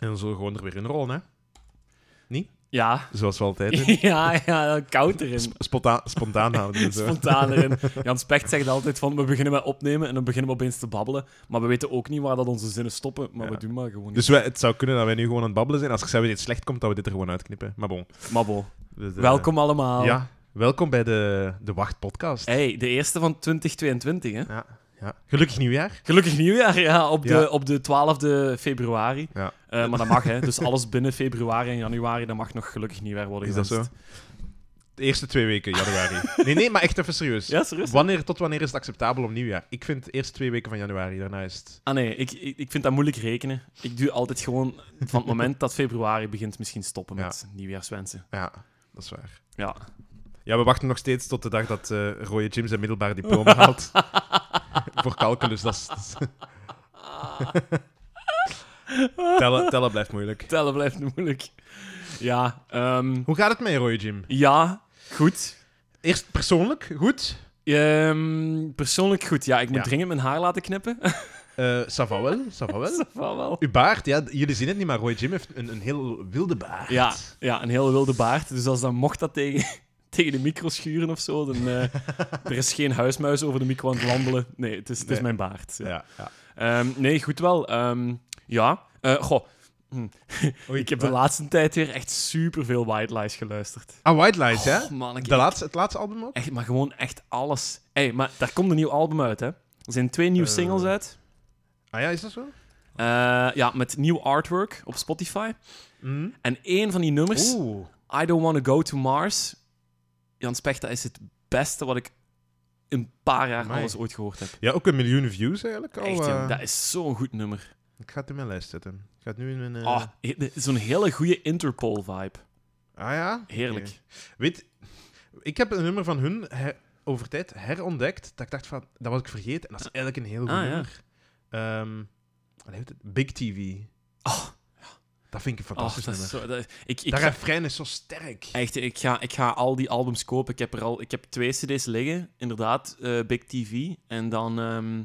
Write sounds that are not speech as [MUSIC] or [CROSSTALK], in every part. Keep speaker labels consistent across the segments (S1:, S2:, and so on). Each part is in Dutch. S1: En zo gewoon er weer in rollen, hè?
S2: Ja.
S1: Zoals we altijd doen.
S2: [LAUGHS] ja, ja, koud
S1: [LAUGHS]
S2: erin.
S1: Sp- Spontaan, spontaan houden. en zo.
S2: Spontaan
S1: [LAUGHS]
S2: erin. Jan Specht zegt altijd van, we beginnen met opnemen en dan beginnen we opeens te babbelen. Maar we weten ook niet waar dat onze zinnen stoppen, maar
S1: Ja.
S2: we doen maar gewoon
S1: Dus wij, het zou kunnen dat wij nu gewoon aan het babbelen zijn. Als ik zei dat dit slecht komt, dat we dit er gewoon uitknippen. Maar bon.
S2: iets. Mabbo,
S1: Dus, eh,
S2: welkom allemaal.
S1: Ja, welkom bij de, de Wacht podcast.
S2: Hey, de eerste van 2022, hè?
S1: Ja, ja. Gelukkig nieuwjaar.
S2: Gelukkig nieuwjaar, ja, op de,
S1: Ja.
S2: Op de 12e februari.
S1: Ja.
S2: Eh, maar dat mag, hè. Dus alles binnen februari en januari, dat mag nog gelukkig nieuwjaar worden
S1: Is dat zo?
S2: gewenst.
S1: De eerste twee weken januari. Nee, nee, maar echt even serieus.
S2: Ja, serieus?
S1: Wanneer, tot wanneer is het acceptabel om nieuwjaar? Ik vind de eerste twee weken van januari, daarna is het...
S2: Ah nee, ik, ik, ik vind dat moeilijk rekenen. Ik doe altijd gewoon van het moment dat februari begint misschien stoppen met nieuwjaarswensen.
S1: Ja, dat is waar.
S2: Ja.
S1: Ja, we wachten nog steeds tot de dag dat eh Rooie Jim zijn middelbaar
S2: [LAUGHS]
S1: diploma haalt. Voor calculus, dat is... dat is- [LAUGHS] tellen, tellen blijft moeilijk.
S2: Tellen blijft moeilijk. Ja, ehm,
S1: Hoe gaat het met je, Rooie Jim?
S2: ja goed.
S1: Eerst persoonlijk, goed.
S2: Ehm, persoonlijk goed. Ja, ik moet
S1: Ja.
S2: dringend mijn haar laten knippen. [LAUGHS]
S1: Eh ça va wel, ça va wel.
S2: Dat wel wel.
S1: [LAUGHS] Uw baard, ja, d- jullie zien het niet, maar Roy Jim heeft een, een heel wilde baard.
S2: Ja, ja, een hele wilde baard. Dus als dan mocht dat tegen, [LAUGHS] tegen de micro schuren of zo, dan... eh,
S1: [LAUGHS]
S2: er is geen huismuis over de micro aan het wandelen. Nee, het is, het is
S1: Nee.
S2: mijn baard. Ja.
S1: ja, ja.
S2: Ehm, nee, goed wel. Ehm, ja. Eh, goh,
S1: Oei,
S2: ik heb de
S1: wa-
S2: laatste tijd weer echt superveel White Lies geluisterd.
S1: Ah, White Lies, hè?
S2: Oh, man, ik-
S1: De laatste, het laatste album ook?
S2: echt, maar gewoon echt alles. Hey, maar daar komt een nieuw album uit, hè? Er zijn twee nieuwe
S1: Eh.
S2: singles uit.
S1: Ah ja, is dat zo?
S2: Eh, ja, met nieuw artwork op Spotify.
S1: Mm.
S2: En één van die nummers,
S1: Oeh.
S2: I Don't Wanna Go To Mars. Jan Specht, dat is het beste wat ik in een paar jaar
S1: Amai.
S2: alles ooit gehoord heb.
S1: Ja, ook een miljoen views eigenlijk al.
S2: Echt,
S1: eh.
S2: jong, dat is zo'n goed nummer.
S1: Ik ga het in mijn lijst zetten. Ik ga het nu in mijn... eh,
S2: Ah, he- zo'n hele goede Interpol-vibe.
S1: Ah ja?
S2: Heerlijk.
S1: Oké. Weet, ik heb een nummer van hun her- over tijd herontdekt, dat ik dacht van, dat was ik vergeten. En dat is eigenlijk een heel goed
S2: Ah, ja.
S1: nummer. Ehm, wat heet het? Big TV.
S2: Oh.
S1: Dat vind ik een
S2: Oh,
S1: fantastisch
S2: dat is
S1: nummer.
S2: zo, dat- ik, ik,
S1: Dat
S2: ga,
S1: refrein is zo sterk.
S2: echt, ik, ga, ik ga al die albums kopen. Ik heb er al ik heb twee CD's liggen. Inderdaad, eh, Big TV en dan ehm,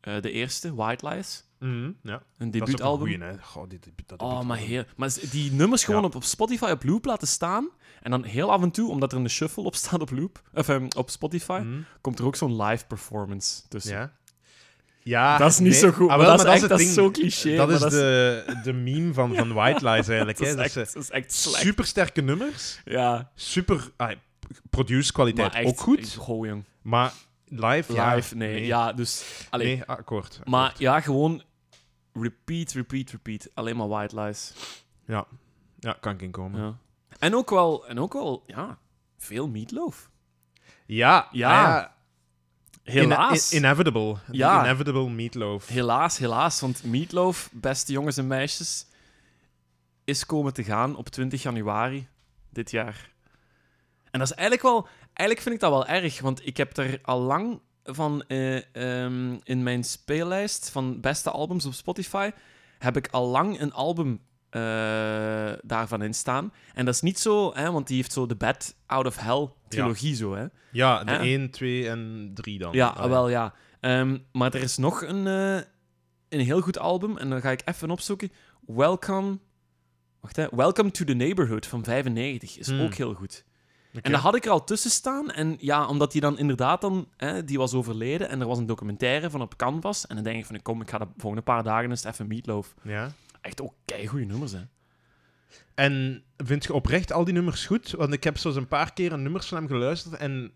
S2: eh, de eerste, White Lies.
S1: Mhm, ja.
S2: Een
S1: Dat is ook een
S2: debuutalbum.
S1: goeie, hè. Goh, dit, dit- dat
S2: Oh,
S1: debuutalbum.
S2: maar heer. Maar z- die nummers gewoon
S1: Ja.
S2: op, op Spotify op loop laten staan. En dan heel af en toe, omdat er een shuffle op staat op loop, [LAUGHS] of ehm, op Spotify,
S1: Mhm,
S2: komt er ook zo'n live performance tussen.
S1: Ja. Ja,
S2: Dat is niet
S1: nee.
S2: zo
S1: Ah,
S2: goed, maar
S1: wel,
S2: dat is, echt,
S1: het
S2: dat is
S1: ding.
S2: zo cliché.
S1: Dat
S2: maar
S1: is de, de meme van, van White Lies eigenlijk.
S2: [LAUGHS] dat is
S1: hè. Dat
S2: echt,
S1: ze
S2: dat is echt slecht.
S1: supersterke nummers,
S2: Ja,
S1: super ah,
S2: maar
S1: produce-kwaliteit
S2: echt,
S1: ook goed,
S2: Goh, jong.
S1: maar live, ja,
S2: Live, nee.
S1: nee.
S2: Ja, dus... Allee,
S1: nee, akkoord.
S2: Maar ja, gewoon repeat, repeat, repeat. Alleen maar white lies.
S1: Ja, kan ik inkomen. Ja,
S2: Ja. En ook wel, en ook wel ja, veel meatloaf.
S1: ja,
S2: Ja,
S1: ah ja. In-
S2: Helaas.
S1: in- inevitable. The
S2: Ja.
S1: inevitable meatloaf.
S2: Helaas, helaas. Want meatloaf, beste jongens en meisjes, is komen te gaan op 20 januari dit jaar. En dat is eigenlijk wel... Eigenlijk vind ik dat wel erg, want ik heb er al lang van eh, ehm, in mijn speellijst van beste albums op Spotify heb ik al lang een album eh, daarvan in staan. En dat is niet zo, hè, want die heeft zo de Bad Out of Hell trilogie zo, hè.
S1: Ja, de
S2: Ja.
S1: 1, 2 en 3 dan.
S2: Ja,
S1: Ah,
S2: wel ja. Ehm, maar er is nog een, eh, een heel goed album en dan ga ik even opzoeken. Welcome. Wacht, hè. Welcome to the Neighborhood van 95 is
S1: Hmm.
S2: ook heel goed.
S1: Oké.
S2: En daar had ik er al tussen staan. En ja, omdat die dan inderdaad dan, hè, die was overleden en er was een documentaire van op Canvas. En dan denk ik van, kom, ik ga de volgende paar dagen eens even meatloaf.
S1: Ja.
S2: Echt ook goede nummers, hè.
S1: En vind je oprecht al die nummers goed? Want ik heb zo'n een paar keer een nummers van hem geluisterd en...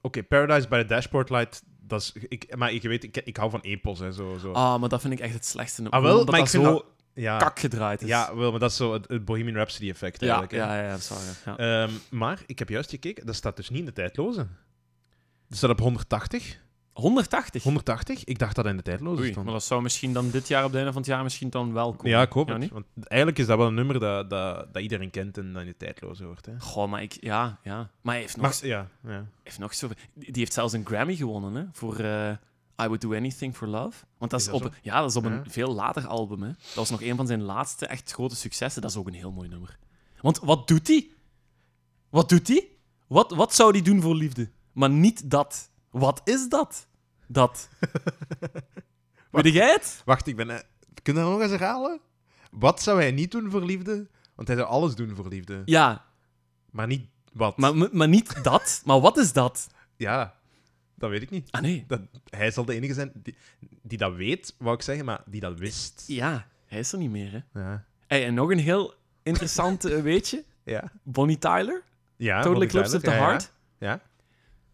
S1: Oké, Paradise by the Dashboard Light, dat is... Ik, maar je weet, ik, ik hou van epos en zo. zo.
S2: Ah, maar dat vind ik echt het slechtste nummer.
S1: Ah, wel,
S2: omdat
S1: maar ik
S2: dat
S1: vind
S2: zo
S1: dat... Ja,
S2: kak gedraaid is.
S1: ja, wel, maar dat is zo het, het Bohemian Rhapsody effect
S2: ja,
S1: eigenlijk. hè.
S2: ja, ja, ja, sorry. Ja.
S1: Ehm, maar ik heb juist gekeken, dat staat dus niet in de tijdloze. Dat staat op 180.
S2: 180.
S1: 180? Ik dacht dat hij in de tijdloze
S2: Oei,
S1: stond.
S2: maar dat zou misschien dan dit jaar op het einde van het jaar misschien dan wel komen.
S1: Ja, ik hoop
S2: Ja,
S1: het.
S2: niet?
S1: Want eigenlijk is dat wel een nummer dat, dat, dat iedereen kent en dat in de tijdloze hoort. Hè.
S2: Goh, maar ik... Ja, ja. Maar hij heeft nog,
S1: Maar ja, ja.
S2: heeft nog zoveel... Die heeft zelfs een Grammy gewonnen, hè. Voor eh, I Would Do Anything For Love. Want dat is,
S1: Is dat
S2: op... Ja, dat is op
S1: Ja.
S2: een veel later album, hè. Dat was nog een van zijn laatste echt grote successen. Dat is ook een heel mooi nummer. Want wat doet hij? Wat doet hij? Wat, wat zou hij doen voor liefde? Maar niet dat. Wat is
S1: [LAUGHS]
S2: dat? Dat. Weet jij het?
S1: Wacht, ik ben... eh, Kun je dat nog eens herhalen? Wat zou hij niet doen voor liefde? Want hij zou alles doen voor liefde.
S2: Ja,
S1: Maar niet wat.
S2: maar, maar maar niet dat. Maar wat is dat?
S1: Ja, dat weet ik niet.
S2: Ah nee.
S1: Dat, hij zal de enige zijn die, die dat weet, wou ik zeggen, maar die dat wist.
S2: Ja, hij is er niet meer, hè.
S1: Ja.
S2: Hey, en nog een heel interessant eh, weetje.
S1: Ja.
S2: Bonnie Tyler,
S1: ja
S2: Totally
S1: Ah, Bonnie
S2: Eclipse of
S1: Tyler,
S2: the
S1: ja, ja.
S2: Heart.
S1: Ja.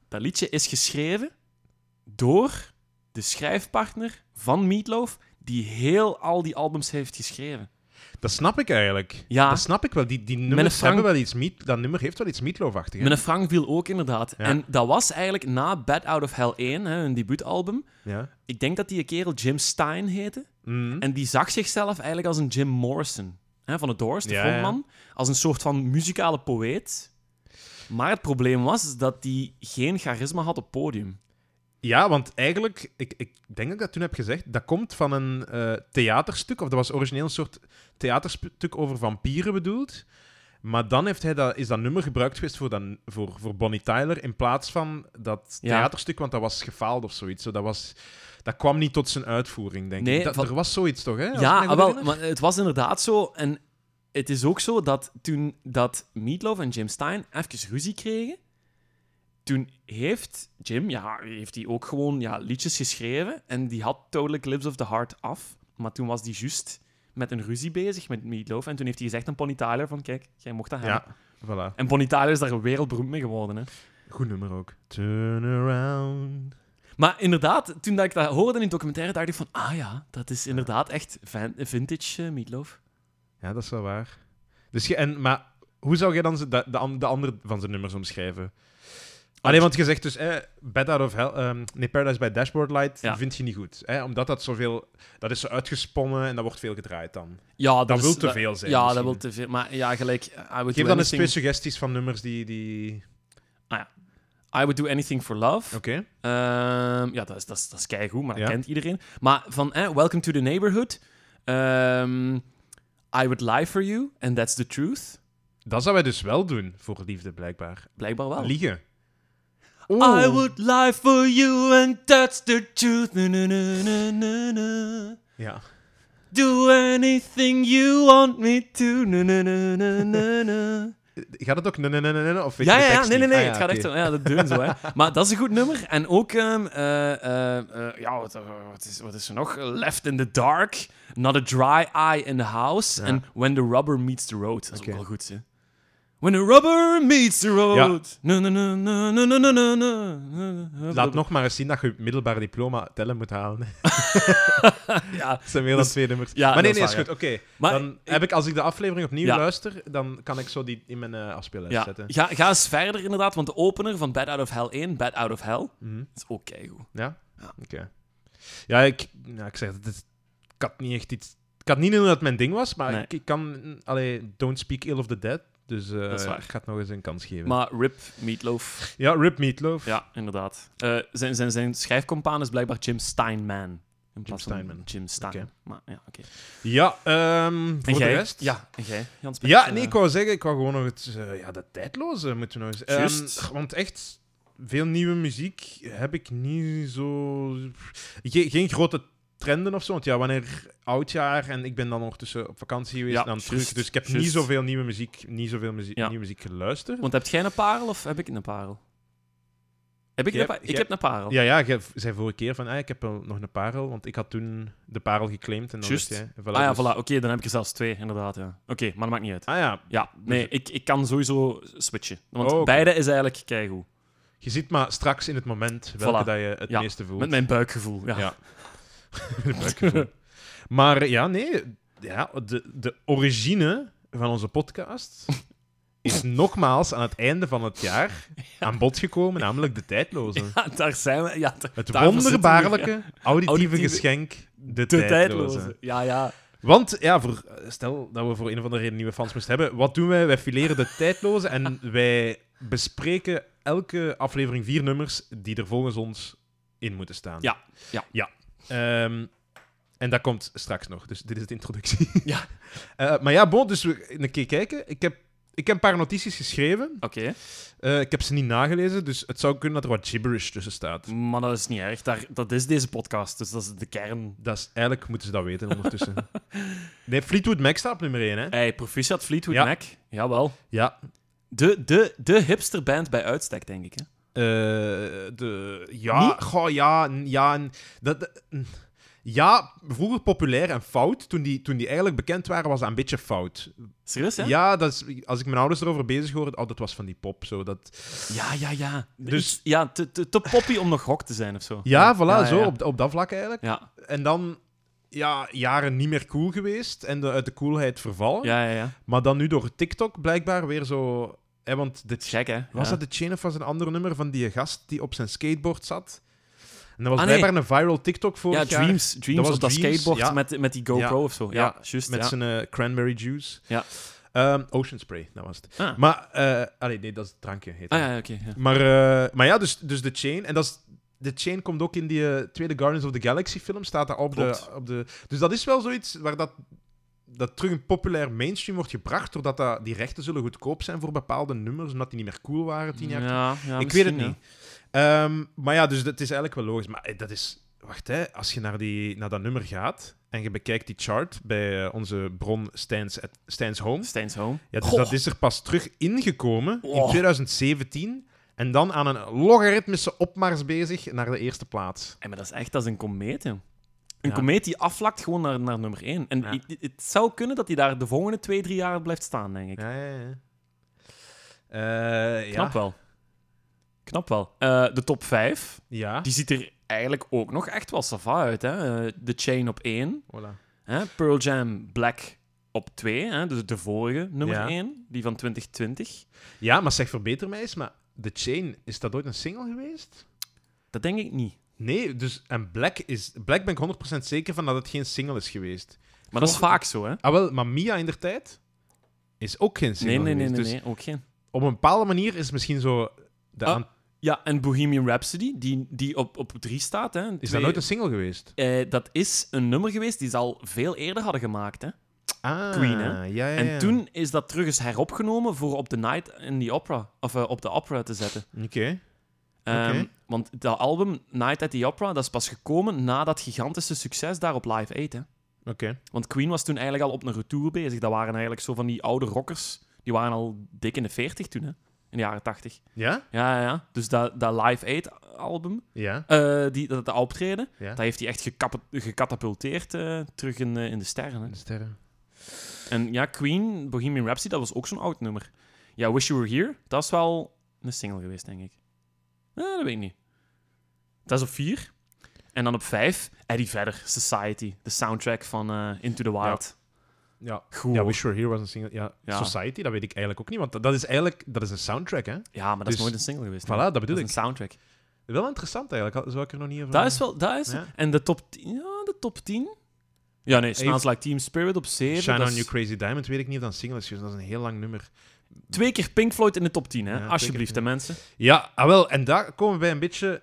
S2: Dat liedje is geschreven door de schrijfpartner van Meatloaf, die heel al die albums heeft geschreven.
S1: Dat snap ik eigenlijk.
S2: Ja.
S1: Dat snap ik wel. Die, die
S2: Met een
S1: nummers
S2: Frank-
S1: hebben wel iets meat, dat nummer heeft wel iets meatloafachtig. hè?
S2: Met een Frank viel ook inderdaad.
S1: Ja.
S2: En dat was eigenlijk na Bad Out of Hell 1, hè, hun debuutalbum.
S1: Ja.
S2: Ik denk dat die kerel Jim Stein heette.
S1: Mm.
S2: En die zag zichzelf eigenlijk als een Jim Morrison. Hè, van de Doors, de
S1: Ja, ja.
S2: frontman. Als een soort van muzikale poëet. Maar het probleem was dat hij geen charisma had op podium.
S1: Ja, want eigenlijk, ik, ik denk dat ik dat toen heb gezegd, dat komt van een eh, theaterstuk, of dat was origineel een soort theaterstuk over vampieren bedoeld. Maar dan heeft hij dat, is dat nummer gebruikt geweest voor, dat, voor, voor Bonnie Tyler in plaats van dat
S2: Ja.
S1: theaterstuk, want dat was gefaald of zoiets. Zo, dat, was, dat kwam niet tot zijn uitvoering, denk
S2: Nee,
S1: ik. Dat,
S2: van-
S1: Er was zoiets toch, hè? Als ik
S2: Ja, ah,
S1: me goed
S2: wel,
S1: herinner?
S2: maar het was inderdaad zo. En het is ook zo dat toen dat Meatloaf en Jim Stein even ruzie kregen, toen heeft Jim, ja, heeft hij ook gewoon ja, liedjes geschreven en die had Totally Clips of the Heart af. Maar toen was die juist met een ruzie bezig met Meatloaf en toen heeft hij gezegd aan Bonnie Tyler van, kijk, jij mocht dat hebben.
S1: Ja, voilà.
S2: En Bonnie Tyler is daar wereldberoemd mee geworden, hè.
S1: Goed nummer ook. Turn around.
S2: Maar inderdaad, toen dat ik dat hoorde in die documentaire, dacht ik van, ah ja, dat is inderdaad echt van- vintage eh, Meatloaf.
S1: Ja, dat is wel waar. Dus je, en, maar hoe zou jij dan ze- de, de, an- de andere van zijn nummers omschrijven? Alleen want je zegt dus, eh, Bed Out of Hell, ehm, nee, Paradise by Dashboard Light
S2: Ja.
S1: vind je niet goed. Hè? Omdat dat zoveel, dat is zo uitgesponnen en dat wordt veel gedraaid dan.
S2: Ja, dat,
S1: Dat
S2: is-
S1: wil te veel zijn,
S2: Ja,
S1: misschien.
S2: dat wil te veel. Maar ja, gelijk. I
S1: Geef
S2: would, do
S1: dan eens
S2: anything,
S1: twee suggesties van nummers die... die...
S2: I would do anything for love.
S1: Oké.
S2: Ehm, ja, dat is, dat is, dat is keigoed, maar dat
S1: Ja.
S2: kent iedereen. Maar van eh, Welcome to the Neighborhood. ehm, I would lie for you, and that's the truth.
S1: Dat zouden wij dus wel doen voor liefde, blijkbaar.
S2: Blijkbaar wel.
S1: Liegen. Oh. Oeh.
S2: I would lie for you, and that's the truth. Na, na, na, na, na, na.
S1: Ja.
S2: Do anything you want me to. Na, na, na, na, na, na.
S1: Gaat het ook nee, nee, nee, nee, nee, of weet
S2: Ja,
S1: je de
S2: ja, ja,
S1: tekst
S2: nee, nee,
S1: niet?
S2: nee.
S1: Ah, ja,
S2: het gaat echt
S1: oké.
S2: zo. Ja, dat doen
S1: [LAUGHS]
S2: zo, hè. Maar dat is een goed nummer. En ook, ehm, eh, eh, eh, ja, wat, eh, wat, is, wat is er nog? Left in the Dark, Not a Dry Eye in the House
S1: Ja.
S2: en When the Rubber Meets the Road. Dat is
S1: Oké.
S2: ook wel goed, hè. When the rubber meets the road. Na, na, na, na, na, na, na, na, na, na.
S1: Laat nog maar eens zien dat je je middelbaar diploma tellen moet halen.
S2: [LAUGHS] Ja, dus-
S1: Het zijn meer dan twee nummers.
S2: ja,
S1: maar nee,
S2: dat
S1: nee,
S2: is
S1: is
S2: waar,
S1: goed. Oké.
S2: Maar
S1: Dan heb ik, als ik de aflevering opnieuw
S2: Ja.
S1: luister, dan kan ik zo die in mijn eh afspeellijst
S2: ja.
S1: zetten.
S2: Ga, ga eens verder, inderdaad. Want de opener van Bad Out of Hell 1, Bad Out of Hell,
S1: Mhm.
S2: dat is ook keigoed.
S1: Ja?
S2: Ja.
S1: Oké. Ja, ik, ja, ik zeg het. het- Ik had niet echt iets... Ik had niet doen dat het mijn ding was, maar
S2: Nee.
S1: ik, ik kan... Allee, don't speak ill of the dead. Dus eh,
S2: Dat is waar.
S1: ik ga het nog eens een kans geven.
S2: Maar Rip, Meatloaf...
S1: Ja, Rip Meatloaf.
S2: Ja, inderdaad. Eh, zijn, zijn, zijn schrijfcompaan is blijkbaar Jim Steinman. In plaats van
S1: Steinman.
S2: Jim Stein.
S1: Oké.
S2: Maar, ja, oké.
S1: Ja, ehm, voor
S2: En jij?
S1: de rest...
S2: Ja, en jij? Jans
S1: Ja,
S2: Peters,
S1: nee,
S2: eh,
S1: ik wou zeggen, ik wou gewoon nog het... eh, ja, dat tijdloze moeten we nog eens... Ehm,
S2: Juist.
S1: want echt, veel nieuwe muziek heb ik niet zo... Ge- geen grote trenden of zo, want ja, wanneer oudjaar en ik ben dan ondertussen op vakantie geweest
S2: Ja,
S1: en dan terug,
S2: juist,
S1: dus ik heb
S2: juist.
S1: niet zoveel nieuwe muziek, niet zoveel muziek,
S2: Ja.
S1: nieuwe muziek geluisterd.
S2: Want heb jij een parel of heb ik een parel? Heb ik,
S1: Jij-
S2: een pa- ik
S1: jij-
S2: heb een parel.
S1: Ja, ja, je zei vorige keer van, ah, ik heb wel nog een parel, want ik had toen de parel geclaimd en dan
S2: Juist.
S1: wist jij... Voilà,
S2: ah ja,
S1: dus-
S2: voilà. Oké, dan heb ik er zelfs twee, inderdaad. Ja. Oké, maar dat maakt niet uit.
S1: Ah ja,
S2: Ja, nee, ik, ik kan sowieso switchen. Want
S1: Oh, oké.
S2: beide is eigenlijk keigoed.
S1: je ziet maar straks in het moment welke
S2: Voilà.
S1: dat je het
S2: Ja,
S1: meeste voelt.
S2: Met mijn buikgevoel, ja.
S1: Ja. [LAUGHS] Maar eh, ja, nee. Ja, de, de origine van onze podcast is nogmaals aan het einde van het
S2: [LAUGHS]
S1: jaar aan bod gekomen, namelijk de tijdloze.
S2: Ja, [LAUGHS] daar zijn we. Ja, daar-
S1: Het
S2: daarvoor zitten we hier.
S1: wonderbaarlijke auditieve,
S2: Auditieve-
S1: geschenk, de,
S2: [LAUGHS] De
S1: tijdloze.
S2: tijdloze. Ja, ja.
S1: Want ja, voor, stel dat we voor een of andere reden nieuwe fans moesten hebben, wat doen wij? Wij fileren de tijdloze en wij bespreken elke aflevering vier nummers die er volgens ons in moeten staan.
S2: Ja, ja.
S1: ja. Ehm, en dat komt straks nog, dus dit is de introductie.
S2: [LAUGHS] Ja.
S1: Eh, maar ja, bon, dus we een keer kijken. Ik heb Ik heb een paar notities geschreven.
S2: Oké,
S1: Eh, ik heb ze niet nagelezen, dus het zou kunnen dat er wat gibberish tussen staat.
S2: maar dat is niet erg. Daar, dat is deze podcast, dus dat is de kern.
S1: Dat is, eigenlijk moeten ze dat weten
S2: [LAUGHS]
S1: ondertussen. nee, Fleetwood Mac staat op nummer 1, hè?
S2: Hey, proficiat Fleetwood
S1: Ja.
S2: Mac. Jawel.
S1: Ja.
S2: De, de, de hipsterband bij uitstek, denk ik. Hè?
S1: Eh, de, ja, goh, ja, n- ja. n- Dat, dat- n- ja, vroeger populair en fout. Toen die, toen die eigenlijk bekend waren, was dat een beetje fout.
S2: Serieus, hè?
S1: Ja, dat is, als ik mijn ouders erover bezig hoorde, oh, dat was van die pop. Zo, dat...
S2: ja, ja. ja.
S1: Dus-
S2: Iets- ja te, te, te poppy om nog gok te zijn of zo.
S1: Ja, voilà,
S2: ja,
S1: zo,
S2: ja.
S1: Op, op dat vlak eigenlijk.
S2: Ja,
S1: En dan, ja, jaren niet meer cool geweest en de, uit de coolheid vervallen.
S2: ja, ja. ja.
S1: Maar dan nu door TikTok blijkbaar weer zo... Hè, want de,
S2: Check, hè?
S1: was
S2: Ja.
S1: dat de Chain of was een ander nummer van die gast die op zijn skateboard zat? En dat was
S2: Ah, nee.
S1: blijkbaar een viral TikTok vorig
S2: Ja,
S1: jaar.
S2: Dreams. Dreams
S1: was
S2: op dat
S1: Dreams,
S2: skateboard
S1: ja.
S2: met, met die GoPro of zo. Ja,
S1: ja,
S2: juist.
S1: Met
S2: ja.
S1: zijn eh, cranberry juice.
S2: Ja.
S1: Ehm, Ocean Spray, dat was het.
S2: Ah.
S1: Maar, eh allee, nee, dat is het drankje. Heet
S2: Ah
S1: dat.
S2: ja, ja, oké. ja.
S1: Maar, eh, maar ja, dus, dus The Chain. En dat is, The Chain komt ook in die eh, tweede Guardians of the Galaxy film. Staat daar op de,
S2: Klopt.
S1: op de... Dus dat is wel zoiets waar dat, dat terug een populair mainstream wordt gebracht. Doordat dat, die rechten zullen goedkoop zijn voor bepaalde nummers. Omdat die niet meer cool waren tien jaar
S2: Ja, ja,
S1: ik weet het
S2: misschien, ja.
S1: niet. Ehm, maar ja, dus dat is eigenlijk wel logisch. Maar eh, dat is... Wacht, hè. Als je naar, die, naar dat nummer gaat en je bekijkt die chart bij eh, onze bron Stijn's, at- Stijn's Home...
S2: Stijn's Home.
S1: Ja, dus
S2: Goh.
S1: dat is er pas terug ingekomen in
S2: Oh.
S1: 2017. En dan aan een logaritmische opmars bezig naar de eerste plaats.
S2: Hey, maar dat is echt dat is een komeet, joh. Een
S1: Ja.
S2: komeet die afvlakt gewoon naar, naar nummer 1. En
S1: Ja.
S2: i- i- het zou kunnen dat hij daar de volgende twee, drie jaar blijft staan, denk ik.
S1: Ja, ja, ja. Eh,
S2: Knap
S1: ja.
S2: wel. Knap wel. Eh, de top 5,
S1: Ja.
S2: die ziet er eigenlijk ook nog echt wel sava uit. Hè? Eh, The Chain op 1,
S1: Voilà.
S2: hè? Pearl Jam Black op 2, hè? dus de vorige nummer
S1: Ja.
S2: 1, die van 2020.
S1: ja, maar zeg, verbeter mij eens, maar The Chain, is dat ooit een single geweest?
S2: Dat denk ik niet.
S1: Nee, dus... En Black is... Black ben ik 100% zeker van dat het geen single is geweest.
S2: Maar dat is vaak zo, hè?
S1: Ah, wel, maar Mia in der tijd is ook geen single
S2: Nee, nee, nee,
S1: geweest.
S2: nee,
S1: Dus
S2: nee, ook geen.
S1: op een bepaalde manier is misschien zo... De
S2: Ah,
S1: aan-
S2: Ja, en Bohemian Rhapsody, die, die op, op 3 staat. Hè?
S1: Is
S2: Twee-
S1: dat nooit een single geweest?
S2: Eh, dat is een nummer geweest die ze al veel eerder hadden gemaakt. Hè?
S1: Ah,
S2: Queen, hè?
S1: Ja, ja, ja.
S2: En toen is dat terug eens heropgenomen voor op The Night in the Opera, of eh, op de opera te zetten.
S1: Oké.
S2: Ehm,
S1: Oké.
S2: Want dat album Night at the Opera, dat is pas gekomen na dat gigantische succes daar op Live Aid. Hè?
S1: Oké.
S2: Want Queen was toen eigenlijk al op een retour bezig. Dat waren eigenlijk zo van die oude rockers. Die waren al dik in de 40 toen, hè? in de jaren 80.
S1: Ja?
S2: Ja, ja, ja. Dus dat, dat Live Aid album,
S1: Ja.
S2: eh, die, dat, dat optreden,
S1: Ja.
S2: dat heeft hij echt gekap- gecatapulteerd eh, terug in, eh, in de sterren. Hè?
S1: De sterren.
S2: En ja, Queen, Bohemian Rhapsody, dat was ook zo'n oud nummer. Ja, Wish You Were Here, dat is wel een single geweest, denk ik. Eh, dat weet ik niet. Dat is op vier. En dan op vijf, Eddie Vedder, Society. De soundtrack van eh, Into the Wild.
S1: Ja.
S2: Goed.
S1: Ja,
S2: hoor.
S1: Wish You're Here was een single. Ja.
S2: Ja.
S1: Society, dat weet ik eigenlijk ook niet, want dat- dat is eigenlijk dat is een soundtrack, hè?
S2: Ja, maar dat
S1: Dus-
S2: is nooit een single geweest.
S1: Voilà, dat bedoel
S2: is
S1: ik.
S2: een soundtrack.
S1: Wel interessant eigenlijk, had- zou ik er nog niet over...
S2: Dat is wel... Dat is,
S1: Ja.
S2: En de top 10... Ja, de top 10? Ja, nee, Smells Like Team Spirit op 7.
S1: Shine on Your Crazy Diamond, weet ik niet of dat een single is geweest, dat is een heel lang nummer.
S2: Twee keer Pink Floyd in de top 10, hè.
S1: Ja, twee
S2: Alsjeblieft,
S1: keer,
S2: hè, mensen.
S1: Ja, ah, wel, en daar komen we bij een beetje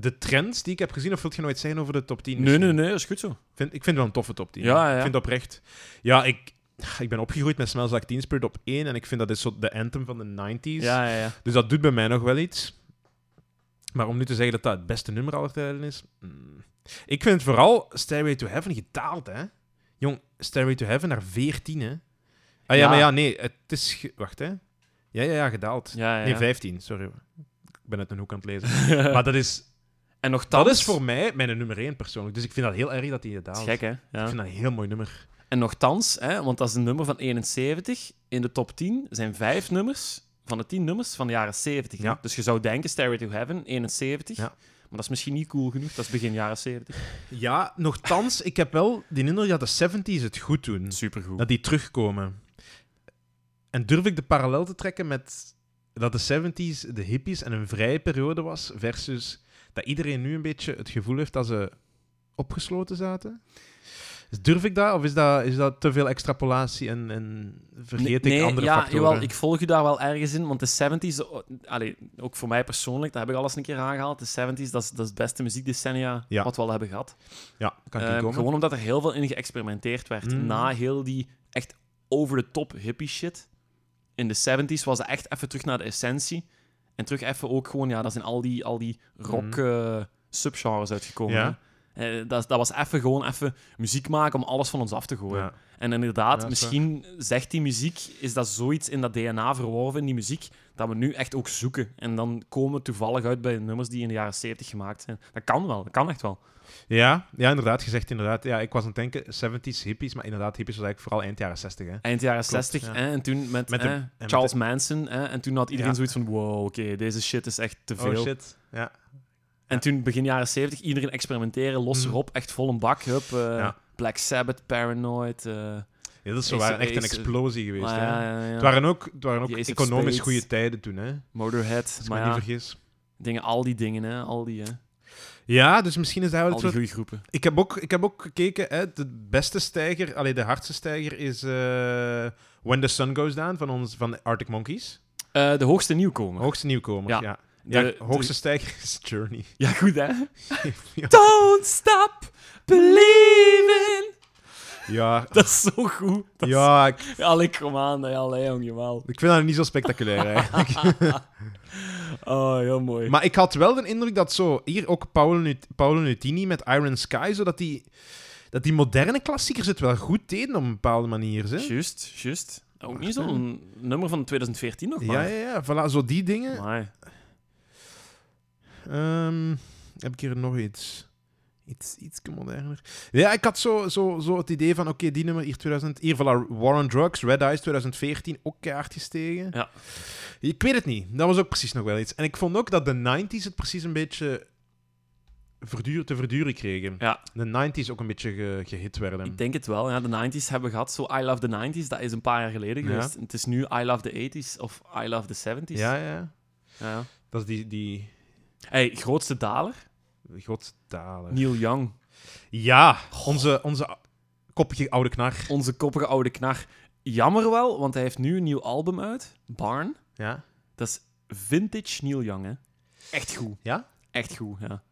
S1: de trends die ik heb gezien, of wilt je nooit zeggen over de top 10?
S2: Nee,
S1: misschien?
S2: nee, nee, dat is goed zo.
S1: Ik Vind, ik vind het wel een toffe top 10.
S2: Ja, ja, ja.
S1: Ik vind het oprecht. Ja, ik, ik ben opgegroeid met Smells Like Teen Spirit op 1 en ik vind dat is zo de anthem van de 90s.
S2: Ja, ja, ja.
S1: Dus dat doet bij mij nog wel iets. Maar om nu te zeggen dat dat het beste nummer aller tijden is... mm. Ik vind vooral Stairway to Heaven getaald, hè. Jong, Stairway to Heaven naar 14, hè. Ah ja,
S2: Ja.
S1: maar ja, nee, het is... ge- Wacht, hè. Ja, ja, ja, gedaald.
S2: ja, ja.
S1: Nee, 15, sorry. Ik ben uit een hoek aan het lezen.
S2: [LAUGHS]
S1: maar dat is,
S2: En nogthans...
S1: dat is voor mij mijn nummer 1 persoonlijk. Dus ik vind dat heel erg dat hij
S2: Dat
S1: gedaald
S2: is
S1: is.
S2: gek, hè?
S1: Ik
S2: Ja.
S1: vind dat een heel mooi nummer.
S2: En nogthans, hè, want dat is een nummer van 71. In de top 10 zijn vijf nummers van de 10 nummers van de jaren 70. hè.
S1: Ja.
S2: Dus je zou denken, Stairway to Heaven, 71.
S1: Ja.
S2: Maar dat is misschien niet cool genoeg. Dat is begin jaren 70.
S1: Ja, nogthans, ik heb wel die indruk dat de 70s het goed doen.
S2: Supergoed.
S1: Dat die terugkomen. En durf ik de parallel te trekken met dat de 70s de hippies en een vrije periode was, versus dat iedereen nu een beetje het gevoel heeft dat ze opgesloten zaten? Dus durf ik dat, of is dat, is dat te veel extrapolatie en, en vergeet
S2: Nee,
S1: ik
S2: nee,
S1: andere
S2: ja,
S1: factoren?
S2: Jawel, ik volg je daar wel ergens in, want de 70s, o- allee, ook voor mij persoonlijk, daar heb ik alles een keer aangehaald. De 70s, dat is, dat is het beste muziekdecennia
S1: Ja.
S2: wat we al hebben gehad.
S1: Ja, kan ik
S2: Ehm,
S1: komen?
S2: gewoon omdat er heel veel in geëxperimenteerd werd.
S1: Mm.
S2: Na heel die echt over de top hippie shit. in de 70s was dat echt even terug naar de essentie. En terug even ook gewoon, ja, daar zijn al die, al die rock eh, subgenres uitgekomen.
S1: Mm. Ja.
S2: hè. Eh, dat, dat was even gewoon even muziek maken om alles van ons af te gooien.
S1: Ja.
S2: En inderdaad,
S1: Ja, dat is
S2: misschien zegt die muziek, is dat zoiets in dat DNA verworven, in die muziek, dat we nu echt ook zoeken. En dan komen we toevallig uit bij nummers die in de jaren 70 gemaakt zijn. Dat kan wel, dat kan echt wel.
S1: Ja, ja, inderdaad, gezegd inderdaad. Ja, ik was aan het denken, 70s hippies, maar inderdaad, hippies was eigenlijk vooral eind jaren 60, hè.
S2: Eind jaren
S1: Klopt,
S2: 60,
S1: ja.
S2: hè, en toen met,
S1: Met de-
S2: hè,
S1: en met
S2: Charles
S1: de-
S2: Manson. Hè, en toen had iedereen
S1: Ja.
S2: zoiets van, wow, oké, deze shit is echt te veel.
S1: Oh shit. Ja.
S2: En toen, begin jaren 70, iedereen experimenteren, los
S1: Mhm.
S2: erop, echt vol een bak. Hup, eh,
S1: Ja.
S2: Black Sabbath, Paranoid. eh,
S1: ja, dat is zo
S2: Ace-
S1: waar, echt een
S2: Ace-
S1: explosie geweest,
S2: maar
S1: hè.
S2: ja, ja, ja.
S1: Het waren ook, het waren ook
S2: Die Ace of
S1: economisch
S2: Spades.
S1: goede tijden toen, hè. Als
S2: Motorhead,
S1: ik
S2: maar
S1: me niet
S2: ja,
S1: vergis.
S2: dingen, al die dingen, hè, al die, hè,
S1: Ja, dus misschien is dat wel
S2: al
S1: het
S2: die
S1: soort...
S2: goede groepen.
S1: Ik heb ook, ik heb ook gekeken, hè, de beste stijger, alleen de hardste stijger is eh, When the Sun Goes Down van, ons, van Arctic Monkeys.
S2: Eh, de hoogste nieuwkomer.
S1: Hoogste nieuwkomer,
S2: Ja.
S1: ja. ja.
S2: De-
S1: hoogste stijger is Journey.
S2: de- [LAUGHS] ja, goed hè?
S1: [LAUGHS] ja.
S2: Don't stop believing.
S1: Ja,
S2: [LAUGHS] Dat is zo goed. Dat is-
S1: ja ik,
S2: Allee, kom aan, hè, allee, jong, jawel.
S1: ik vind dat niet zo spectaculair
S2: [LAUGHS]
S1: eigenlijk.
S2: Oh, heel mooi.
S1: Maar ik had wel de indruk dat zo, hier ook Paolo, Nut- Paolo Nutini met Iron Sky, zodat die, dat die moderne klassiekers het wel goed deden op een bepaalde manier. Hè?
S2: Juist, juist. Ook niet
S1: Wacht, hè.
S2: zo'n nummer van 2014 nog
S1: Ja,
S2: maar.
S1: ja, ja, voilà, zo die dingen.
S2: Amai.
S1: Ehm, heb ik hier nog iets? Iets, iets moderner. Ja, ik had zo, zo, zo het idee van, oké, die nummer hier 2000... Hier, voilà, War on Drugs, Red Eyes 2014, ook keihard gestegen.
S2: Ja.
S1: Ik weet het niet. Dat was ook precies nog wel iets. En ik vond ook dat de 90s het precies een beetje verduur, te verduren kregen.
S2: Ja.
S1: De 90s ook een beetje ge- gehit werden.
S2: Ik denk het wel. Ja, de 90s hebben we gehad. Zo I Love the 90s, dat is een paar jaar geleden
S1: Ja.
S2: geweest. Het is nu I Love the 80s of I Love the 70s.
S1: Ja, ja.
S2: Ja, ja.
S1: Dat is die... die
S2: Hey, grootste daler?
S1: Godstalen.
S2: Neil Young.
S1: Ja, onze, onze koppige oude knar.
S2: Onze koppige oude knar. Jammer wel, want hij heeft nu een nieuw album uit. Barn.
S1: Ja.
S2: Dat is vintage Neil Young, hè. Echt goed.
S1: Ja?
S2: Echt goed, ja.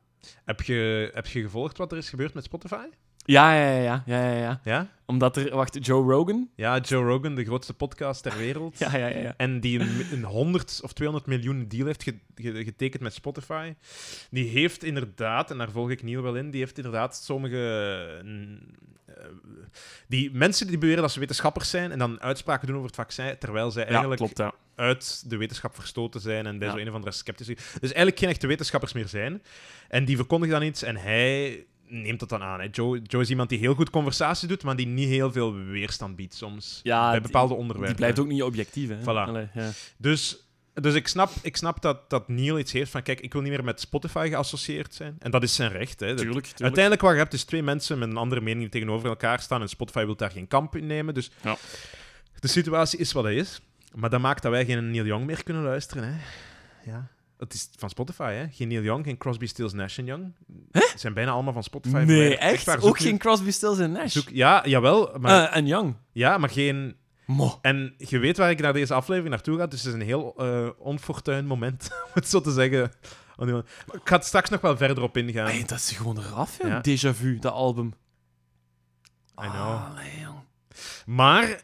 S1: Heb je, heb je gevolgd wat er is gebeurd met Spotify?
S2: Ja, ja, ja, ja, ja, ja.
S1: Ja?
S2: Omdat er... Wacht, Joe Rogan?
S1: Ja, Joe Rogan, de grootste podcast ter [LAUGHS] wereld.
S2: Ja, ja, ja. ja.
S1: En die een, een 100 of 200 miljoen deal heeft ge- ge- getekend met Spotify. Die heeft inderdaad, en daar volg ik Neil wel in, die heeft inderdaad sommige. mm, eh, die mensen die beweren dat ze wetenschappers zijn en dan uitspraken doen over het vaccin, terwijl zij
S2: ja
S1: eigenlijk
S2: klopt, ja.
S1: uit de wetenschap verstoten zijn en bij
S2: Ja.
S1: zo een of andere sceptici. Dus eigenlijk geen echte wetenschappers meer zijn. En die verkondigen dan iets en hij neemt dat dan aan. Hè. Joe, Joe is iemand die heel goed conversatie doet, maar die niet heel veel weerstand biedt soms.
S2: Ja,
S1: bij
S2: die-
S1: bepaalde
S2: Die
S1: onderwerpen.
S2: blijft ook niet objectief, hè.
S1: Voilà.
S2: Allee, ja.
S1: Dus, dus ik snap, ik snap dat, dat Neil iets heeft van, kijk, ik wil niet meer met Spotify geassocieerd zijn. En dat is zijn recht. Hè. Dat-
S2: Tuurlijk, tuurlijk.
S1: Uiteindelijk wat je hebt is twee mensen met een andere mening die tegenover elkaar staan en Spotify wil daar geen kamp in nemen. Dus
S2: Ja.
S1: de situatie is wat hij is. Maar dat maakt dat wij geen Neil Young meer kunnen luisteren. Hè. Ja. Dat is van Spotify, hè? Geen Neil Young, geen Crosby, Stills, Nash en Young. Ze zijn bijna allemaal van Spotify.
S2: Nee,
S1: verwijderd.
S2: echt?
S1: waar, zoek
S2: ook
S1: nu-
S2: geen Crosby, Stills en Nash?
S1: zoek- ja, jawel, maar,
S2: Eh, en Young.
S1: ja, maar geen...
S2: Mo.
S1: En je weet waar ik naar deze aflevering naartoe ga, dus het is een heel eh onfortuin moment, [LAUGHS] om het zo te zeggen. Oh, Maar ik ga het straks nog wel verder op ingaan.
S2: Hey, dat is gewoon eraf, joh.
S1: Ja.
S2: Déjà Vu, dat album.
S1: I know.
S2: nee, jong.
S1: Maar...